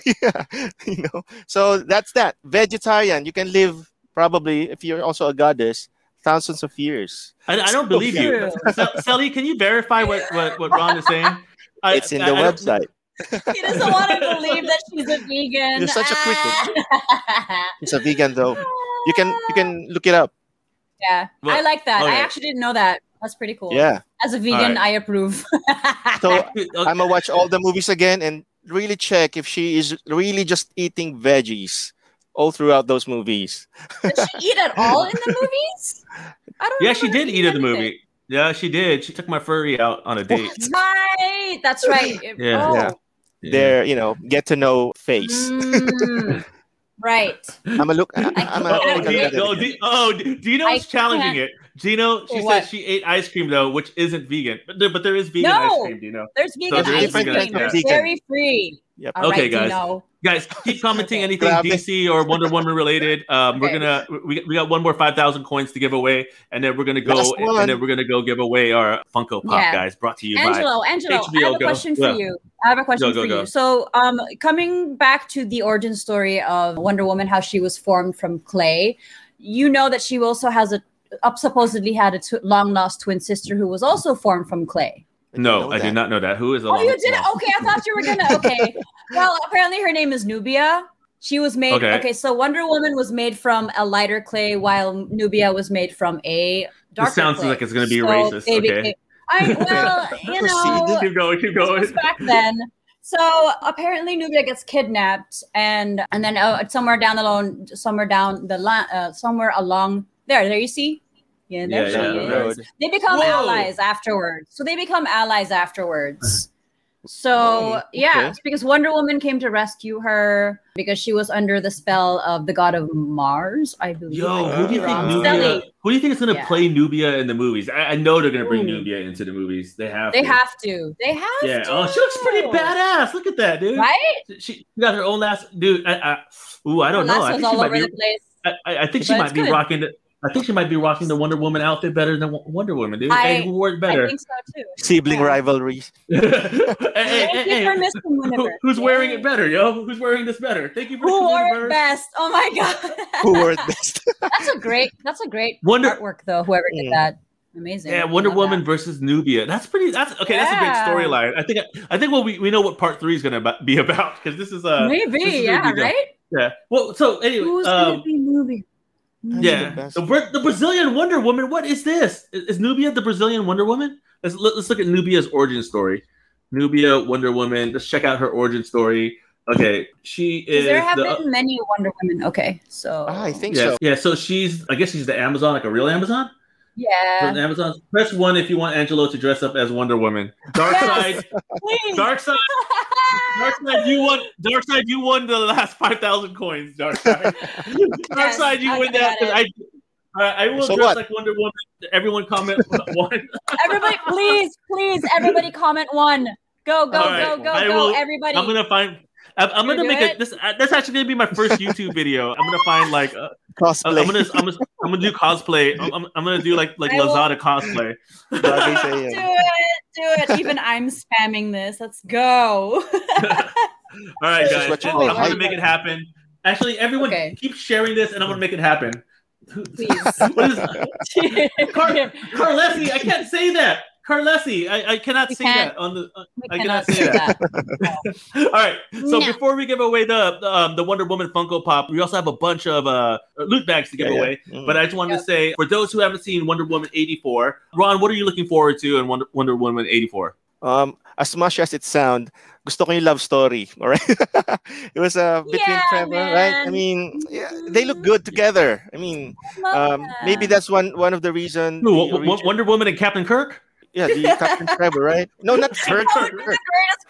yeah, you know. So that's that. Vegetarian, you can live probably if you're also a goddess thousands of years.
I, I don't believe you. Sel- Sally, can you verify what, what, what Ron is saying? I,
It's in the
I- I don't-
website.
He doesn't want to believe that she's a vegan.
You're such a critic.
Ah.
It's a vegan though. You can you can look it up.
yeah, I
Well,
like that. I
okay.
actually didn't know that. That's pretty cool.
Yeah.
As a vegan,
Alright.
I approve.
So I'm gonna watch all the movies again and really check if she is really just eating veggies all throughout those movies.
Does she eat at all in the movies? I don't
Yeah, she did eat in the movie. Yeah, she did. She took my furry out on a date.
That's right. That's right. It-
Yeah.
oh,
Yeah. Their, you know, get to know face.
mm, right.
I'm gonna look. I, I'm
Oh,
gonna look
oh,
at
Di-
that
oh,
again.
Di- oh, Di- Dino's
I
challenging
can't-
it. Gino, she
What?
said she ate ice cream though, which isn't vegan, but there, but there is vegan
No!
ice cream. Dino,
There's
So
vegan
there
ice
is
cream.
vegan ice
It's
cream.
very free.
Yep.
All
okay,
right,
guys.
Dino.
Guys, keep commenting anything
Grab it.
DC or Wonder Woman related. Um, we're
Okay.
gonna we, we got one more five thousand coins to give away, and then we're gonna go
Last
and,
one.
then we're gonna go give away our Funko Pop,
Yeah.
guys. Brought to you
Angelo,
by
Angelo,
HBO
I have a
Go.
question for
Yeah.
you. I have a question
go,
for
go.
you. So, um, coming back to the origin story of Wonder Woman, how she was formed from clay, you know that she also has a up supposedly had a tw- long lost twin sister who was also formed from clay.
No, I did not know that. Who is?
Oh, you did? Okay, I thought you were gonna. Okay, well, apparently her name is Nubia. She was made.
Okay.
Okay. so Wonder Woman was made from a lighter clay, while Nubia was made from a darker.
This sounds
clay.
like it's gonna be
So
racist.
they
Okay.
became- I well, you know,
keep going, keep going.
back then. So apparently, Nubia gets kidnapped, and and then uh, somewhere down the line, somewhere down the line, uh, somewhere along there, there you see, yeah, there
Yeah,
she
yeah,
is.
road.
They become
Whoa.
allies afterwards. So they become allies afterwards. So yeah,
okay.
it's because Wonder Woman came to rescue her because she was under the spell of the god of Mars, I believe.
Yo,
I could
who do
be
you think
wrong.
Nubia?
Stelly.
Who do you think is gonna
Yeah.
play Nubia in the movies? I, I know they're gonna bring
Ooh.
Nubia into the movies. They have.
They
to.
have to. They have
Yeah.
to.
Oh, she looks pretty badass. Look at that, dude.
Right?
She, she got her own last dude. I, I, ooh, I don't know. I
Lasso's
think she
all
might
over
be.
the place.
I, I- I think she
But
might
it's
be
good.
rocking. The, I think she might be rocking the Wonder Woman outfit better than Wo- Wonder Woman, dude.
I-
hey, who wore it better?
I think so too.
Sibling rivalry.
Hey, hey,
Thank
hey,
you for
hey,
Mr.
who-
Winifred.
who's wearing it better, yo? Who's wearing this better? Thank you for
Who
the
wore it
Universe.
best? Oh my god.
Who wore it best? Hmm.
That's a great that's a great
Wonder-
artwork though, whoever did that. Amazing.
Yeah, Wonder Woman versus Nubia. That's pretty. That's okay.
Yeah.
That's a big storyline. I think. I think. Well, we, we know what part three is going to be about because this is uh,
Maybe,
this is gonna
yeah,
be the-
right?
Yeah. Well, so anyway,
Who's
um,
gonna be moving?
yeah, the, Bra- the Brazilian Wonder Woman. What is this? Is, is Nubia the Brazilian Wonder Woman? Let's let, let's look at Nubia's origin story. Nubia Wonder Woman. Let's check out her origin story. Okay, she is.
there have
the-
been many Wonder Women. Okay, so I
Ah, think
yeah, yeah. So she's. I guess she's the Amazon, like a real Amazon. From
Yeah.
Amazon. Press one if you want Angelo to dress up as Wonder Woman. Dark side.
Please.
Dark side. Dark side. You won. Dark side. You won the last five thousand coins. Dark side. Dark
Yes,
side. You
I
win that.
got
'cause I. I I will
So
dress
what?
like Wonder Woman. Everyone comment one.
Everybody please, please, everybody comment one. Go, go,
All right.
go, go,
I
go,
will-
everybody.
I'm gonna find. I'm, I'm
You're
gonna make
good?
a. This uh, that's actually gonna be my first YouTube video. I'm gonna find like. Uh,
Cosplay.
I'm gonna. I'm gonna. I'm gonna do cosplay. I'm, I'm, I'm gonna do like like
I will-
Lazada cosplay.
do
uh,
it, do it. Even I'm spamming this. Let's go.
All right,
This is
guys.
what you
I'm
call
gonna
hype.
make it happen. Actually, everyone keep sharing this, and I'm gonna make it happen. What is- Car- Carlesi, I can't say that. Carlesi, I, I cannot say that on the. uh, I cannot, say that. All right. So
No.
before we give away the the, um, the Wonder Woman Funko Pop, we also have a bunch of uh, loot bags to give
Yeah, yeah.
away.
Mm-hmm.
Mm.
But I just wanted to say, for those who haven't seen Wonder Woman '84, Ron, what are you looking forward to in Wonder, Wonder Woman '84?
Um, as much as it sound, gusto ko yung love story. All right, it was uh, between
Yeah,
Trevor, right? I
man.
mean, yeah, they look good together. I mean, um, maybe that's one one of the reason.
Who, Wo- Wo- Wonder Woman and Captain Kirk.
Yeah, the Captain Trevor, right? No, not Kirk.
The greatest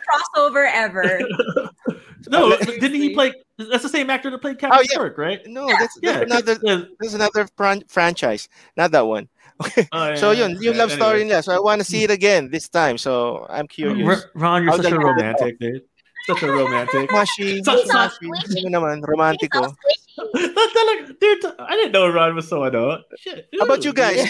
crossover ever.
Oh,
No, but didn't he play? That's the same actor that played Captain Kirk, right?
No, that's, that's another that's another fran- franchise, not that one. Okay.
Oh, yeah,
so
yeah,
yun, yung
yeah,
love story
anyway.
nila. So I want to see it again this time. So I'm curious.
R- Ron,
How
you're
they
such a
pull it
romantic, dude. Such a romantic.
Mushy,
Such- such-
mushy, mushy. Ano naman, oh. romantiko.
dude, I didn't know Ron was so adult.
How about you guys?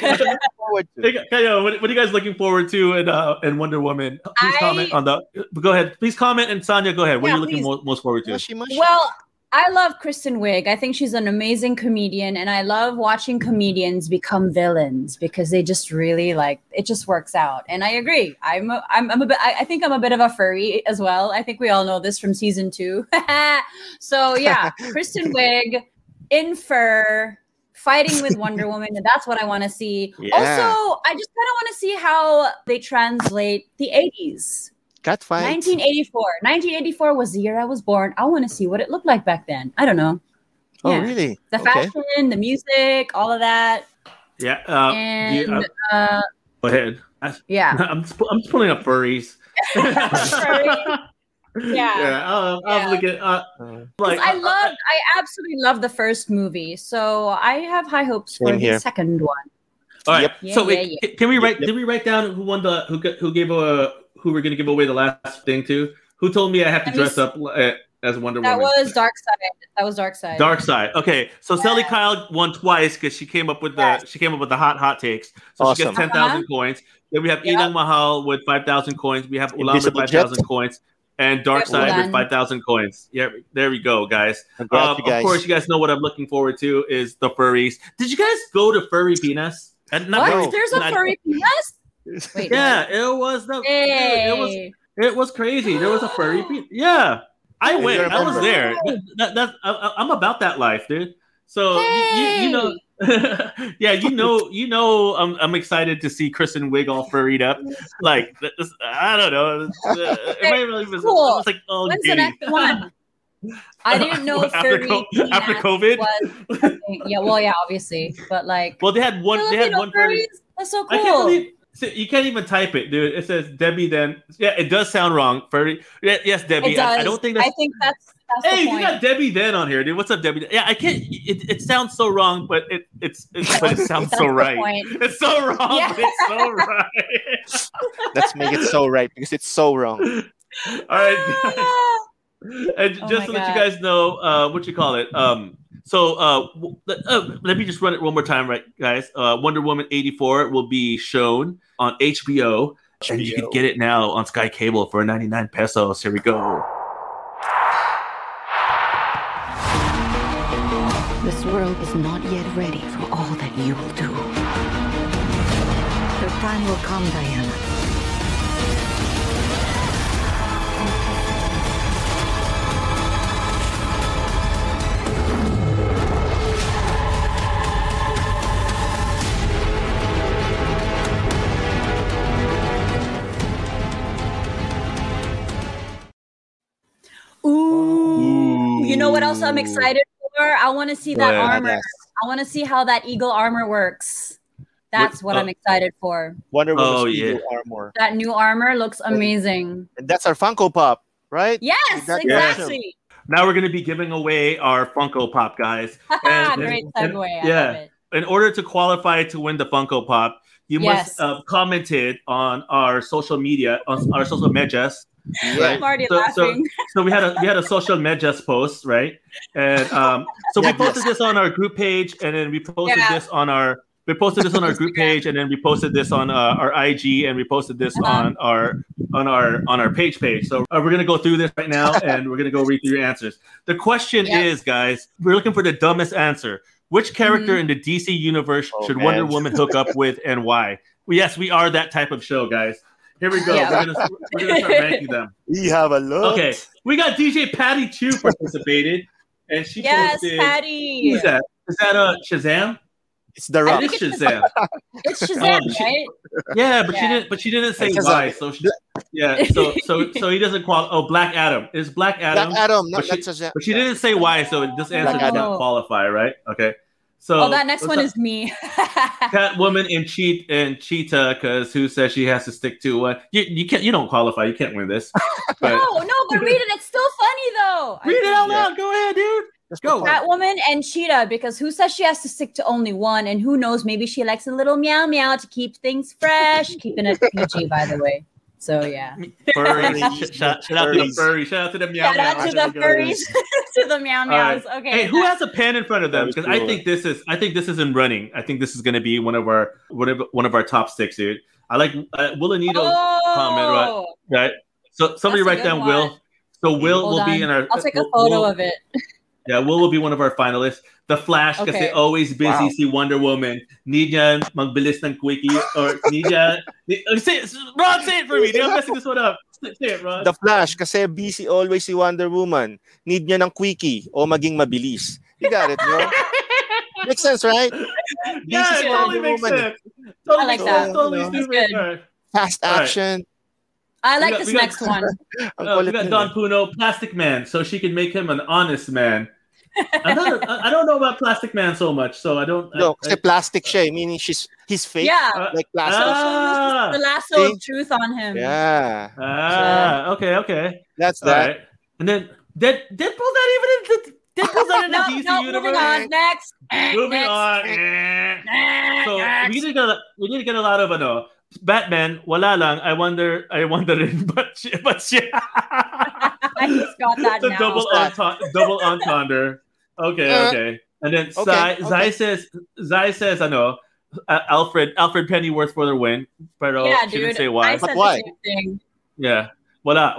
Kayo, what, what are you guys looking forward to in, uh, in Wonder Woman? Please
I-
comment on the. Go ahead. Please comment. And Sonya, go ahead. What are
Yeah,
you looking
please.
mo- most forward to?
Well, I love Kristen Wiig. I think she's an amazing comedian, and I love watching comedians become villains because they just really like it. Just works out, and I agree. I'm a, I'm, I'm a bit. I, I think I'm a bit of a furry as well. I think we all know this from season two. so yeah, Kristen Wiig in fur fighting with Wonder Woman, and that's what I want to see.
Yeah.
Also, I just kind of want to see how they translate the '80s 1984. 1984 was the year I was born. I want to see what it looked like back then. I don't know.
Oh,
Yeah.
really?
The
Okay.
fashion, the music, all of that.
yeah. Uh, do you-
and
uh,
uh,
go ahead. I-
Yeah.
I'm just, pu- I'm just pulling up furries.
yeah.
uh, I'm looking. Uh, like,
'Cause I love, I absolutely love the first movie. So I have high hopes for
Same here.
the second one.
All right.
Yeah,
so
yeah,
wait,
yeah.
can we write? Did we write down who won the who g- who gave a who we're gonna give away the last thing to? Who told me I have to
Let me
dress
see.
up uh, as Wonder
That
Woman?
was Dark Side. That was Dark Side.
Dark Side. Okay, so Sally Kyle won twice because she came up with the she came up with the hot hot takes. So she
Awesome.
gets ten thousand
Uh-huh.
coins. Then we have Inang Mahal with five thousand coins. We have Ulan with
Invisible
five
Jet.
thousand coins, and Dark
Yeah,
Side with
Ulan.
five thousand coins. Yeah, there we go, guys. Um,
Congrats, you
Of
guys.
course, you guys know what I'm looking forward to is the furries. Did you guys go to Furry Penis? And not
What?
Furry-
There's a
not-
furry penis? Wait,
yeah, it was the dude, it was it was crazy. There was a furry. Pe- yeah, I
Yeah,
went.
you
I was
remember.
there. That, that- I- I, am about that life, dude. So you, you, you know, yeah, you know, you know, I'm, I'm excited to see Kristen Wig all furried up. Like th- this- I don't know. It might really be-
Cool.
It's like oh,
When's the
giddy.
next one? I didn't know
after,
furry
co- after COVID.
was. Yeah, well, yeah, obviously, but like.
Well, they had one. They had
Filipino
one furry.
furries? That's so
I can't
cool.
believe so you can't even type it, dude. It says Debbie. Then yeah, it does sound wrong. Furry. Yeah, yes, Debbie.
It does.
I, I don't think that's.
I think that's. that's
hey,
the
you
point.
got Debbie then on here, dude. What's up, Debbie? Yeah, I can't. It, it sounds so wrong, but it it's, it's but it sounds
That's
so
the
right.
point.
It's so wrong.
Yeah.
But it's so right.
Let's make it so right because it's so wrong.
All
Ah!
right. guys. and
Oh
just
my
to let
God.
you guys know, uh, what you call it. Um, so uh, w- let- uh, let me just run it one more time, right, guys? Uh, Wonder Woman eighty four will be shown on HBO, and you can get it now on Sky Cable for ninety nine pesos. Here we go.
This world is not yet ready for all that you will do. The time will come, Diana.
Ooh. You know what else I'm excited for? I want to see that
Yeah.
armor.
Yes.
I want to see how that eagle armor works. That's
What-
what, I'm
uh,
excited for.
Wonder Woman's
Oh,
oh,
yeah.
armor.
That new armor looks amazing.
And that's our Funko Pop, right?
Yes,
That's
exactly.
Now we're going to be giving away our Funko Pop, guys.
Great segue, I
yeah.
love it.
In order to qualify to win the Funko Pop, you
Yes.
must uh, commented on our social media, on our social medias.
I'm already laughing.
So, we had a we had a social medias post, right? And um, so we posted this on our group page, and then we posted
Yeah.
this on our we posted this on our group page, and then we posted this on uh, our IG, and we posted this on our on our on our page page. So uh, we're gonna go through this right now, and we're gonna go read through your answers. The question is, guys, we're looking for the dumbest answer. Which character
Mhm.
in the DC universe
Oh,
should
man.
Wonder Woman hook up with, and why? Well, yes, we are that type of show, guys. Here we go.
Yeah.
We're, gonna, we're gonna start ranking them.
We have a look.
Okay, we got DJ Patty Chu participated, and she
Yes,
posted.
Patty.
Who's that? Is that uh Shazam?
It's the
I
rock.
think it's Shazam. It's Shazam,
Um, she-
right?
Yeah, but she
Yeah.
didn't. But she didn't say
It's
why.
Shazam.
So she, yeah, so so so he doesn't qualify. Oh, Black Adam. It's Black Adam.
Black Adam,
but
not,
she,
not Shazam.
but she didn't say why, so this answer
Black
does
Adam.
not qualify, right? Okay. So
oh, that next
what's
one
up?
is me.
Catwoman and Cheat and Cheetah, because who says she has to stick to one? You, you can't. You don't qualify. You can't win this. But
no, no, but read it. It's still funny though.
Read it out loud. Go ahead, dude. Go.
Catwoman and Cheetah, because who says she has to stick to only one? And who knows? Maybe she likes a little meow meow to keep things fresh. Keeping it PG, by the way. So yeah.
furries. Sh- shout, shout out to the
Furries.
furries. Shout out to the meow
Shout out
meows.
to the furries, to the meow
All right.
meows. Okay.
Hey, who has a pen in front of them?
was
Because I
cool.
think this is I think this isn't running. I think this is going to be one of our one of one of our top six, dude. I like uh, Will and Nito's
Oh!
comment, right? Right. So somebody
That's a
write
good
down
one.
Will. So Will
Hold
will
on.
be in our.
I'll take a
Will-
photo
Will-
of it.
Yeah, Will will be one of our finalists. The Flash, because
Okay.
they're always busy.
Wow.
See Wonder Woman. Nidia magbilis ng quickie or Nidia. say, it- Ron, say it for me. dude. I'm messing this one up. Say it, Ron.
The Flash, kasi busy always si Wonder Woman. Need niya ng quickie o maging mabilis. You got it, bro? Makes sense, right?
yeah,
is
it
Wonder
totally makes
Woman.
sense.
I
Totally
like
makes sense.
that.
Totally
That's
stupid.
good.
All right.
Fast
All right.
action.
I like
got-
this
we got-
next one.
Uh, we got Don Puno, Plastic Man, so she can make him an honest man. I'm not a, I I don't know about Plastic Man so much, so I don't.
No,
I,
kasi plastic siya eh, Meaning she's, he's fake.
Yeah.
Like plastic.
ah,
the lasso
See?
of truth on him.
yeah.
ah, okay, okay.
That's
All
that.
right. And then Dead, Deadpool's not even in the Deadpool's not in the
no,
DC
no,
universe.
moving on. Next.
Moving
next.
on. Eh. So we did get a, we did get a lot of ano. Batman, wala lang. I wonder, I wonder rin, but siya, but siya.
I just got that
the
now.
double entendre. Double entendre. Okay,
Uh,
okay. And then
okay,
Zai, Zai
okay.
says, Zai says, I know, uh, Alfred, Alfred Pennyworth for the win, pero
yeah,
she
dude.
didn't say why.
I said the same thing.
Yeah. Wala,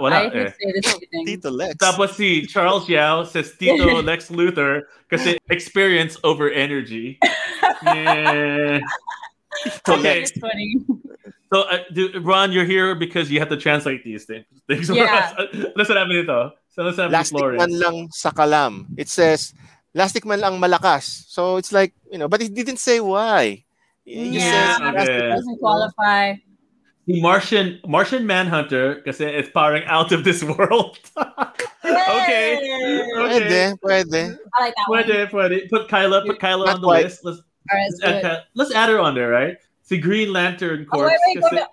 I
wala.
did
Eh.
say the same thing.
Tito Lex.
Tapos si Charles Yao says Tito Lex Luthor kasi experience over energy. Yeah. Okay.
It's funny.
So, uh, dude, Ron, you're here because you have to translate these things. things
Yeah.
Listen, I'm ito. So, listen, I'm
Plastic man
Florence.
lang sa kalam. It says, plastic man lang malakas. So it's like, you know, but it didn't say why. It just
Yeah,
says,
Okay.
it doesn't qualify.
The Martian, Martian Manhunter kasi it's powering out of this world. okay.
Pwede,
okay.
pwede.
I like that one.
Pwede, pwede. Put Kyla, put Kyla
Not
on the
quite.
list. Let's,
All right,
let's,
let's
add,
do it.
Ky- let's add her on there, right? The Green Lantern
Oh,
Corps.
wait, wait, go
kasi-
down.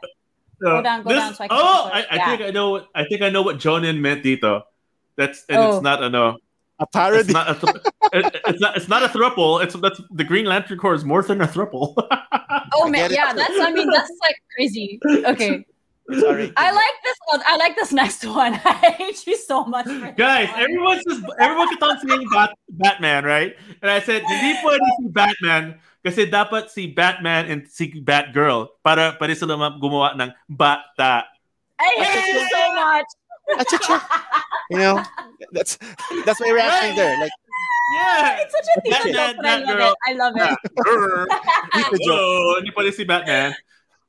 Go down, go
this-
down so I can see
oh, I,
first.
I
Yeah.
think I know. what- I think I know what Jonin meant, dito. That's and
Oh.
it's not a no.
A parody.
It's not a thr- it- it's not. It's not a thruple. It's that's the Green Lantern Corps is more than a thruple.
I
Oh
get
man,
it.
yeah, that's I mean that's like crazy. Okay.
It's already-
I like this one. I like this next one. I hate you so much. For this
Guys,
one.
everyone's just everyone kept on saying Bat- Batman, right? And I said, hindi pwede si Batman kasi dapat si Batman and si Batgirl para pare sila ma- gumawa ng bata.
I hate you so much.
That's it, sure. You know, that's that's my reaction there. Like,
Yeah.
It's such a theater
Batman,
joke, but I love
Batgirl.
it. I love it.
Grr.
the joke.
Oh, hindi pwede si Batman.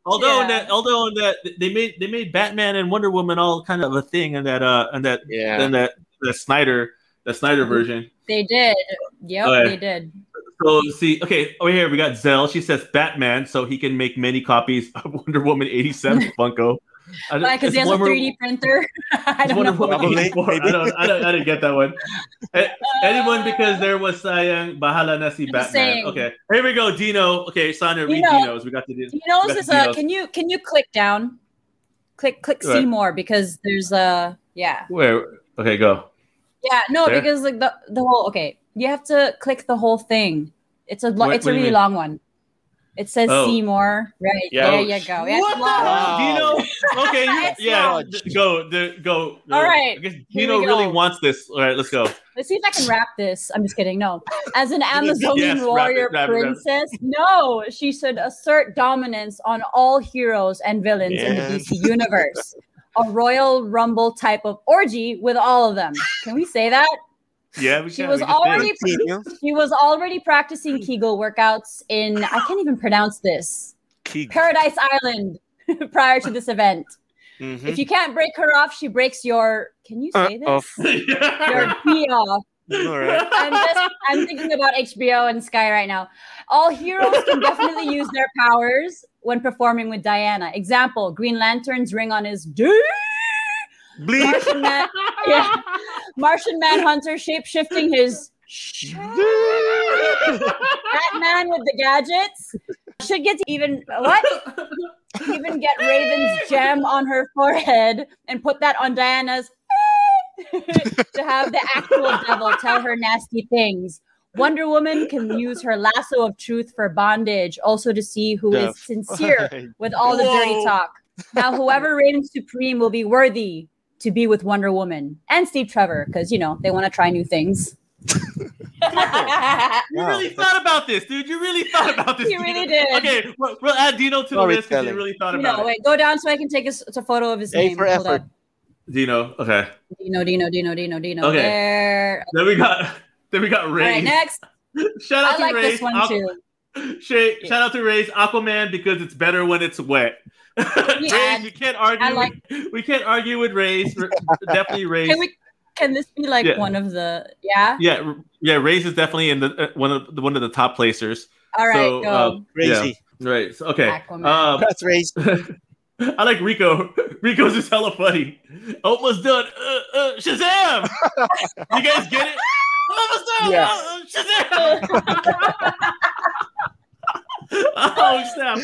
Although in that, although in that they made they made Batman and Wonder Woman all kind of a thing in that uh in that
Yeah.
in that the Snyder the Snyder version.
They did. Yep,
Alright.
they did.
So see, okay, over here we got Zell. She says Batman, so he can make many copies of Wonder Woman '87 Funko. I don't-
Why? Because
it's
he has
Wonder-
a 3D printer. I
it's
don't know.
Wonder Woman
Probably,
84. I
maybe.
don't, I don't, I didn't get that one. A- Anyone because there was sayang bahala na si
I'm
Batman.
saying.
Okay, here we go, Dino. Okay, Sonia, read
Dino.
Dino's. We got the Dino.
Do you
we
know
got
this is
the
a?
Dino's.
Can you can you click down? Click click
Right.
see more because there's a yeah
Where? Okay, go.
yeah no
There?
because like the the whole okay you have to click the whole thing. It's a lo-
What-
it's a
what do
really
you mean?
long one. It says
Oh.
see more right
Yeah.
there
Oh,
you go. Yeah, it's
what the
long.
hell,
Wow.
Dino? Okay, you,
It's
yeah,
not.
d- go, d- go, go.
All right,
I guess
we
Dino really
go.
wants this. All right, let's go.
Let's see if I can wrap this. I'm just kidding. No. As an Amazonian
Yes, wrap it,
warrior
wrap it, wrap it.
princess, no, she should assert dominance on all heroes and villains in the
Yeah.
DC universe. A royal rumble type of orgy with all of them. Can we say that?
Yeah, we
She
can,
was
we just did.
already
Continue.
she was already practicing Kegel workouts in I can't even pronounce this. Paradise Island prior to this event.
Mm-hmm.
Hmm?
If you can't break her off, she breaks your can you say this?
off.
Your pee off.
All right.
I'm just I'm thinking about HBO and Sky right now. All heroes can definitely use their powers when performing with Diana. Example: Green Lantern's ring on his dick. Martian, Man- yeah. Martian Manhunter shape-shifting his Batman with the gadgets should get to even what? even get Raven's gem on her forehead and put that on Diana's to have the actual devil tell her nasty things. Wonder Woman can use her lasso of truth for bondage, also to see who is
Duff.
sincere with all the dirty
Whoa.
talk. Now, whoever reigns supreme will be worthy to be with Wonder Woman and Steve Trevor, because you know they want to try new things.
You really thought about this, dude. You really thought about this.
You really
Dino.
did.
Okay, we'll, we'll add Dino to the
Storytelling.
list because you really thought about
No,
it.
wait, go down so I can take a, s- a photo of his name. Hold up.
Dino. Okay.
Dino, Dino, Dino, Dino, Dino.
Okay.
There.
Then we got then we got
All right,
Ray.
next.
Shout out
I
to
like
Ray.
this one
Aqu-
too.
Shay, Shout out to Ray's Aquaman because it's better when it's wet.
Yeah,
you can't argue.
I like.
We can't argue with Ray's. R- definitely Ray's.
Can we? Can this be like
Yeah.
one of the? Yeah.
yeah, r- yeah. Ray's is definitely in the uh, one of the, one of the top placers.
All right,
so,
go.
uh,
Crazy.
yeah. Right. so- Okay.
Aquaman.
Um,
That's raised.
I like Rico. Rico's is hella funny. Almost done. Uh, uh, Shazam! you guys get it? Almost done.
Yeah.
Uh, uh, Shazam! oh snap!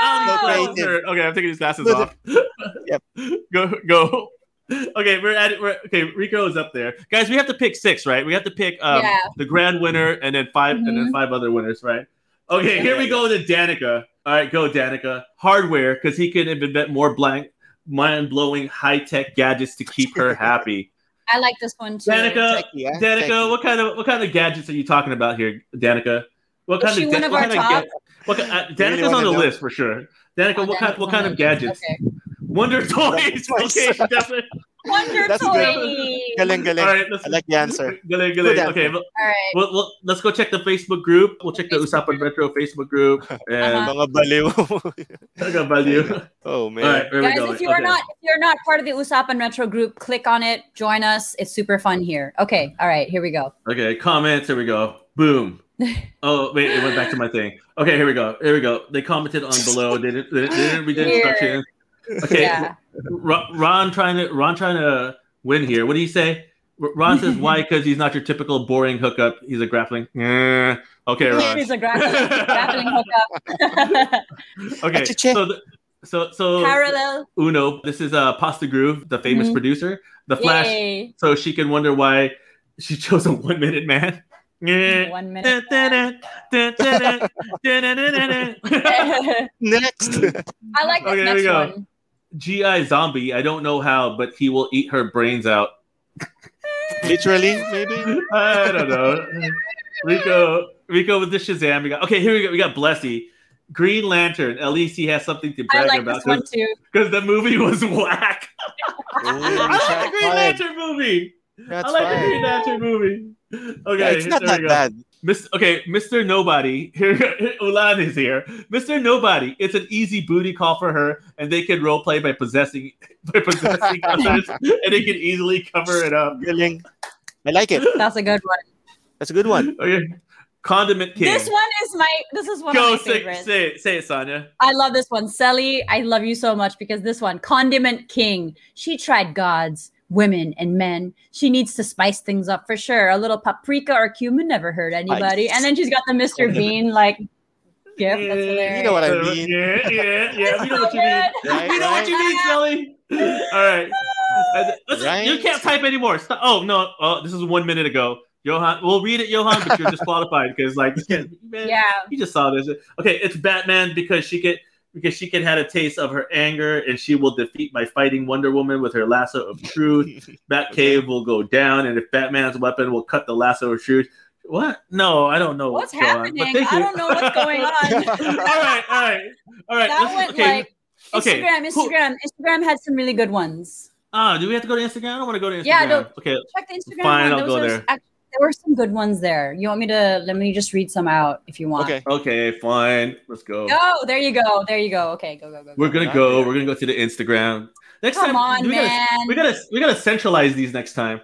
I'm a nerd. Okay, I'm taking these glasses off. Go go. Okay, we're at it. We're, okay, Rico is up there, guys. We have to pick six, right? We have to pick um,
Yeah.
the grand winner, and then 5 and then
Mhm.
five other winners, right? Okay, here we go to Danica. All right, go Danica. Hardware, because he can invent more blank, mind-blowing high-tech gadgets to keep her happy.
I like this one too.
Danica,
Is
eh?
Danica, what kind of what kind of gadgets are you talking about here, Danica? What kind
she
of
one
ga-
of
what
our
kind of
top?
ga- what ki- uh, Danica's
Really
on
wanna
the
know.
list for sure. Danica, what kind what kind of gadgets? Wonder toys. okay, definitely.
Wonder That's
That's a good-
Galing, galing.
All right, let's,
I like the answer.
galing,
Good
galing.
answer.
Okay, well,
All right.
well, well, let's go check the Facebook group. We'll check the Usapan Retro Facebook group. And
Mga baliw.
Mga baliw.
Oh man.
All right, there
Guys,
we go.
if you are
Okay.
not if you're not part of the Usapan Retro group, click on it, join us. It's super fun here. Okay, all right, here we go.
Okay, comments. Here we go. Boom. Oh wait, it went back to my thing. Okay, here we go. Here we go. They commented on below. They didn't. They didn't, they didn't read the
Weird.
instructions. Okay,
Yeah.
Ro- Ron trying to Ron trying to win here. What do you say? R- Ron says why? Because he's not your typical boring hookup. He's a grappling. Eh. Okay, Ron.
Here's a grappling, grappling hookup.
Okay, so the, so so
Parallel.
Uno. This is uh Pasta Groove, the famous
Mhm.
producer, the Flash.
Yay.
So she can wonder why she chose a one minute man. Eh. eh,
One minute.
Next.
I like this
Okay, here we
next
go.
one.
GI zombie. I don't know how, but he will eat her brains out.
Literally, maybe.
I don't know. Rico, Rico with the Shazam. We got okay. Here we go. We got Blessy, Green Lantern. At least he has something to
I
brag
like
about
this one too.
because the movie was whack.
Oh,
I like
shots
the Green
fired.
Lantern movie. I like the
fired.
Green Lantern movie. Okay,
Yeah, it's not
there we
that
go.
bad.
Mis- okay, Mr. Nobody. Here, Ulan is here. Mr. Nobody. It's an easy booty call for her, and they can role play by possessing by possessing others, and they can easily cover it up.
I like it.
That's a good one.
That's a good one.
Okay. Condiment King.
This one is my. This is one
Go
of my
say,
favorites.
say it, say it, Sonya.
I love this one, Sally. I love you so much because this one, Condiment King. She tried gods, women, and men. She needs to spice things up for sure. A little paprika or cumin never hurt anybody. And then she's got the Mr.
Condiment.
Bean like gift.
Eh,
That's hilarious.
You know what I mean?
Uh, Yeah, yeah, yeah. We know what you mean.
Right,
we know what you mean, Sally. All right. Listen, You can't type anymore. Stop. Oh no! Oh, this is one minute ago. Johan, we'll read it, Johan, but you're disqualified because like
Yeah.
you just saw this. Okay, it's Batman because she could because she can had a taste of her anger and she will defeat my fighting Wonder Woman with her lasso of truth. Batcave will go down, and if Batman's weapon will cut the lasso of truth. What? No, I don't know
What's
going Oh, on, but
happening?
thank
I
you.
don't know what's going on.
all right, all right, all right.
That
let's-
went
okay.
like
okay.
Instagram,
cool.
Instagram, Instagram had some really good ones.
Ah, do we have to go to Instagram? I don't want to go to Instagram.
Yeah, no.
Okay.
Check the Instagram.
Fine,
one.
I'll
Those
go
are-
there.
act- there were some good ones there. You want me to let me just read some out if you want.
Okay, fine. Let's go.
No, there you go. There you go. Okay, go, go, go.
We're gonna go. We're gonna go to the Instagram. Next
Come
time,
on,
we,
man.
Gotta, we gotta we gotta centralize these next time.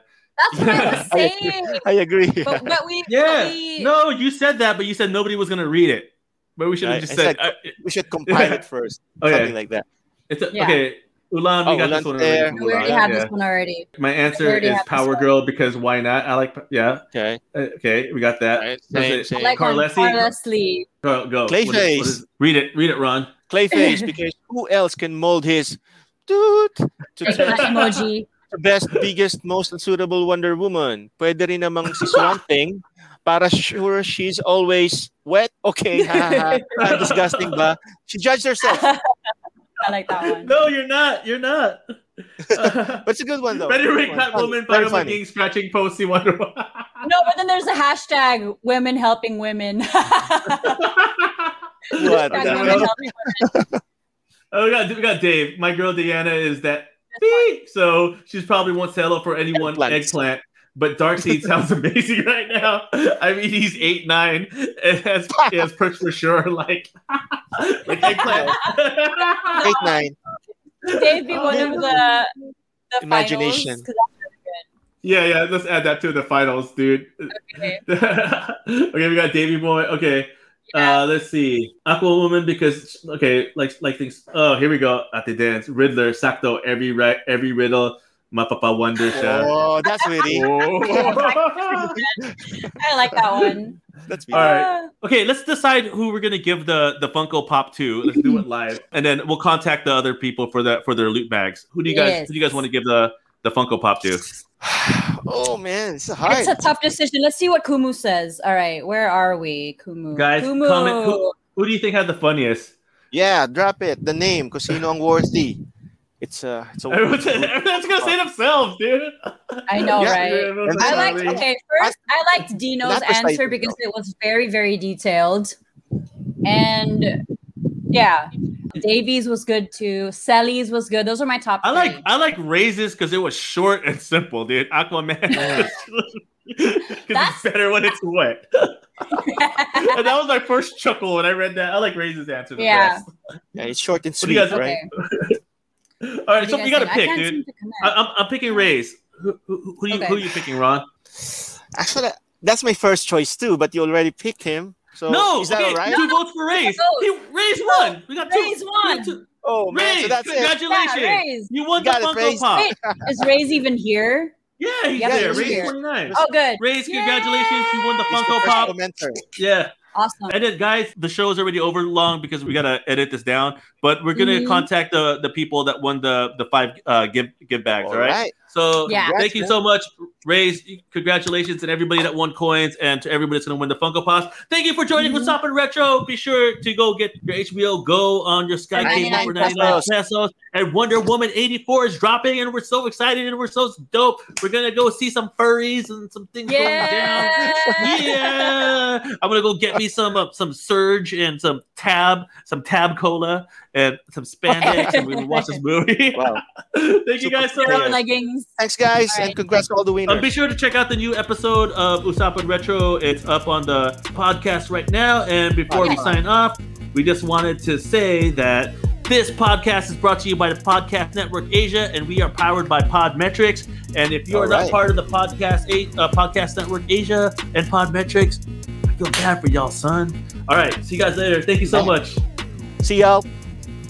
That's what I was saying.
I agree.
But, but we,
Yeah.
but we
No, you said that, but you said nobody was gonna read it. But we should have
I-
just
I
said, uh,
said we should compile it first.
Okay.
Something like that.
It's a,
Yeah.
okay. Ulan, we
Oh,
got
Ulan
this one
there.
already.
we already
Ulan,
have
yeah.
this one already.
My
We
answer
already
is
have this
Power Girl because why not? I like yeah. uh,
Okay.
okay, we got that.
same,
That's it.
same.
Like
Carlesi,
on Carlesi.
go. go. What is- what
Clayface.
is- read it. Read it, Ron.
Clayface, because who else can mold his dude to
Like
turn
that emoji.
the best, biggest, most unsuitable Wonder Woman? Pwede rin namang si Swamp Thing para sure she's always wet. Okay, haha. Ah, disgusting ba? She judged herself.
I like that one.
No, you're not. You're not.
But it's a good one, though.
Better
Good
make
one. Funny.
Catwoman by
Very
woman
funny.
being scratching posty Wonder Woman.
No, but then there's a hashtag women helping women.
What?
Hashtag
that
women
one?
helping
Oh, we got, we got Dave. My girl Diana is that beep, so she's probably won't settle for anyone eggplant. But Darkseid sounds amazing right now. I mean, he's eight nine and has, he has perks for sure. Like, like eggplant.
Eight nine.
women. They'd be one of the, the
Imagination.
finals, 'cause
yeah, yeah. Let's add that to the finals, dude.
Okay.
okay, we got Davy Boy. Okay. Uh, let's see. Aquawoman because okay, like like things. Oh, here we go. At the dance, Riddler, Sacto, every ri- every riddle, my papa wonder. Siya.
Oh, that's witty.
Whoa.
I like that one.
That's
All right. Okay, let's decide who we're gonna give the the Funko Pop to. Let's do it live, and then we'll contact the other people for that for their loot bags. Who do you guys
Yes.
who do you guys want to give the the Funko Pop to?
Oh man, it's a high.
It's a tough decision. Let's see what Kumu says. All right, where are we, Kumu?
Guys,
Kumu.
comment who, who do you think had the funniest?
Yeah, drop it. The name, because you know I'm worthy. It's a. It's a.
Everyone's, everyone's gonna say themselves, dude.
I know,
Yeah.
right?
Everyone's
I
gonna
liked
say-
okay. First, I liked Dino's
Not the
answer
same,
because it was very, very detailed, and yeah, Davies was good too. Sally's was good. Those are my top.
I like
three.
I like raises because it was short and simple, dude. Aquaman. Because it's
That's-
better when it's wet. and that was my first chuckle when I read that. I like Raises answer the
Yeah.
best.
Yeah, it's short and
What do
sweet,
you guys-
right?
All
What
right,
do
so
you
you
guys
got to
think? I
pick,
can't
dude. Uh,
seem to connect.
I, I'm, I'm picking Raise. Who, who, who, you,
Okay.
who you picking, Ron?
Actually, that's my first choice too. But you already picked him. So
no,
is that
okay,
all right?
two votes for Raise.
votes.
He, Raise won. We got two.
Raise won.
Two.
Oh man,
Raise,
so that's it.
congratulations.
Yeah, Raise.
You won
You
the
got it,
Funko
Raise.
Pop.
Wait, is Ray's even here?
Yeah, he's
Yeah,
there.
he's
Raise
here.
29.
Oh, good.
Raise,
Yay!
congratulations. You won the
He's the
Funko
first
Pop.
commenter.
Yeah.
Awesome.
And then, guys, the show is already over long because we gotta edit this down. But we're gonna
Mhm.
contact the the people that won the the five uh, give give bags.
All
all right.
right.
So
Yeah.
thank you so much, Raise. Congratulations, and everybody that won coins, and to everybody that's gonna win the Funko Pops. Thank you for joining us up in retro. Be sure to go get your HBO Go on your Sky cable
99
for ninety nine pesos. And Wonder Woman eighty four is dropping, and we're so excited, and we're so dope. We're gonna go see some furries and some things going down
Yeah.
yeah, I'm gonna go get me some uh, some Surge and some Tab, some Tab Cola and some spandex, and we're gonna watch this movie.
Wow.
Thank you guys so
Super
much.
Leggings.
Thanks, guys,
All right.
and congrats to all the
Um,
winners.
be sure to check out the new episode of Usopp and Retro. It's up on the podcast right now. And before we
Okay.
sign off, we just wanted to say that this podcast is brought to you by the Podcast Network Asia, and we are powered by Podmetrics. And if you are
All
not
right.
part of the podcast A- uh, Podcast Network Asia and Podmetrics, I feel bad for y'all, son. All right, see you guys later. Thank you so
Bye.
much.
See y'all.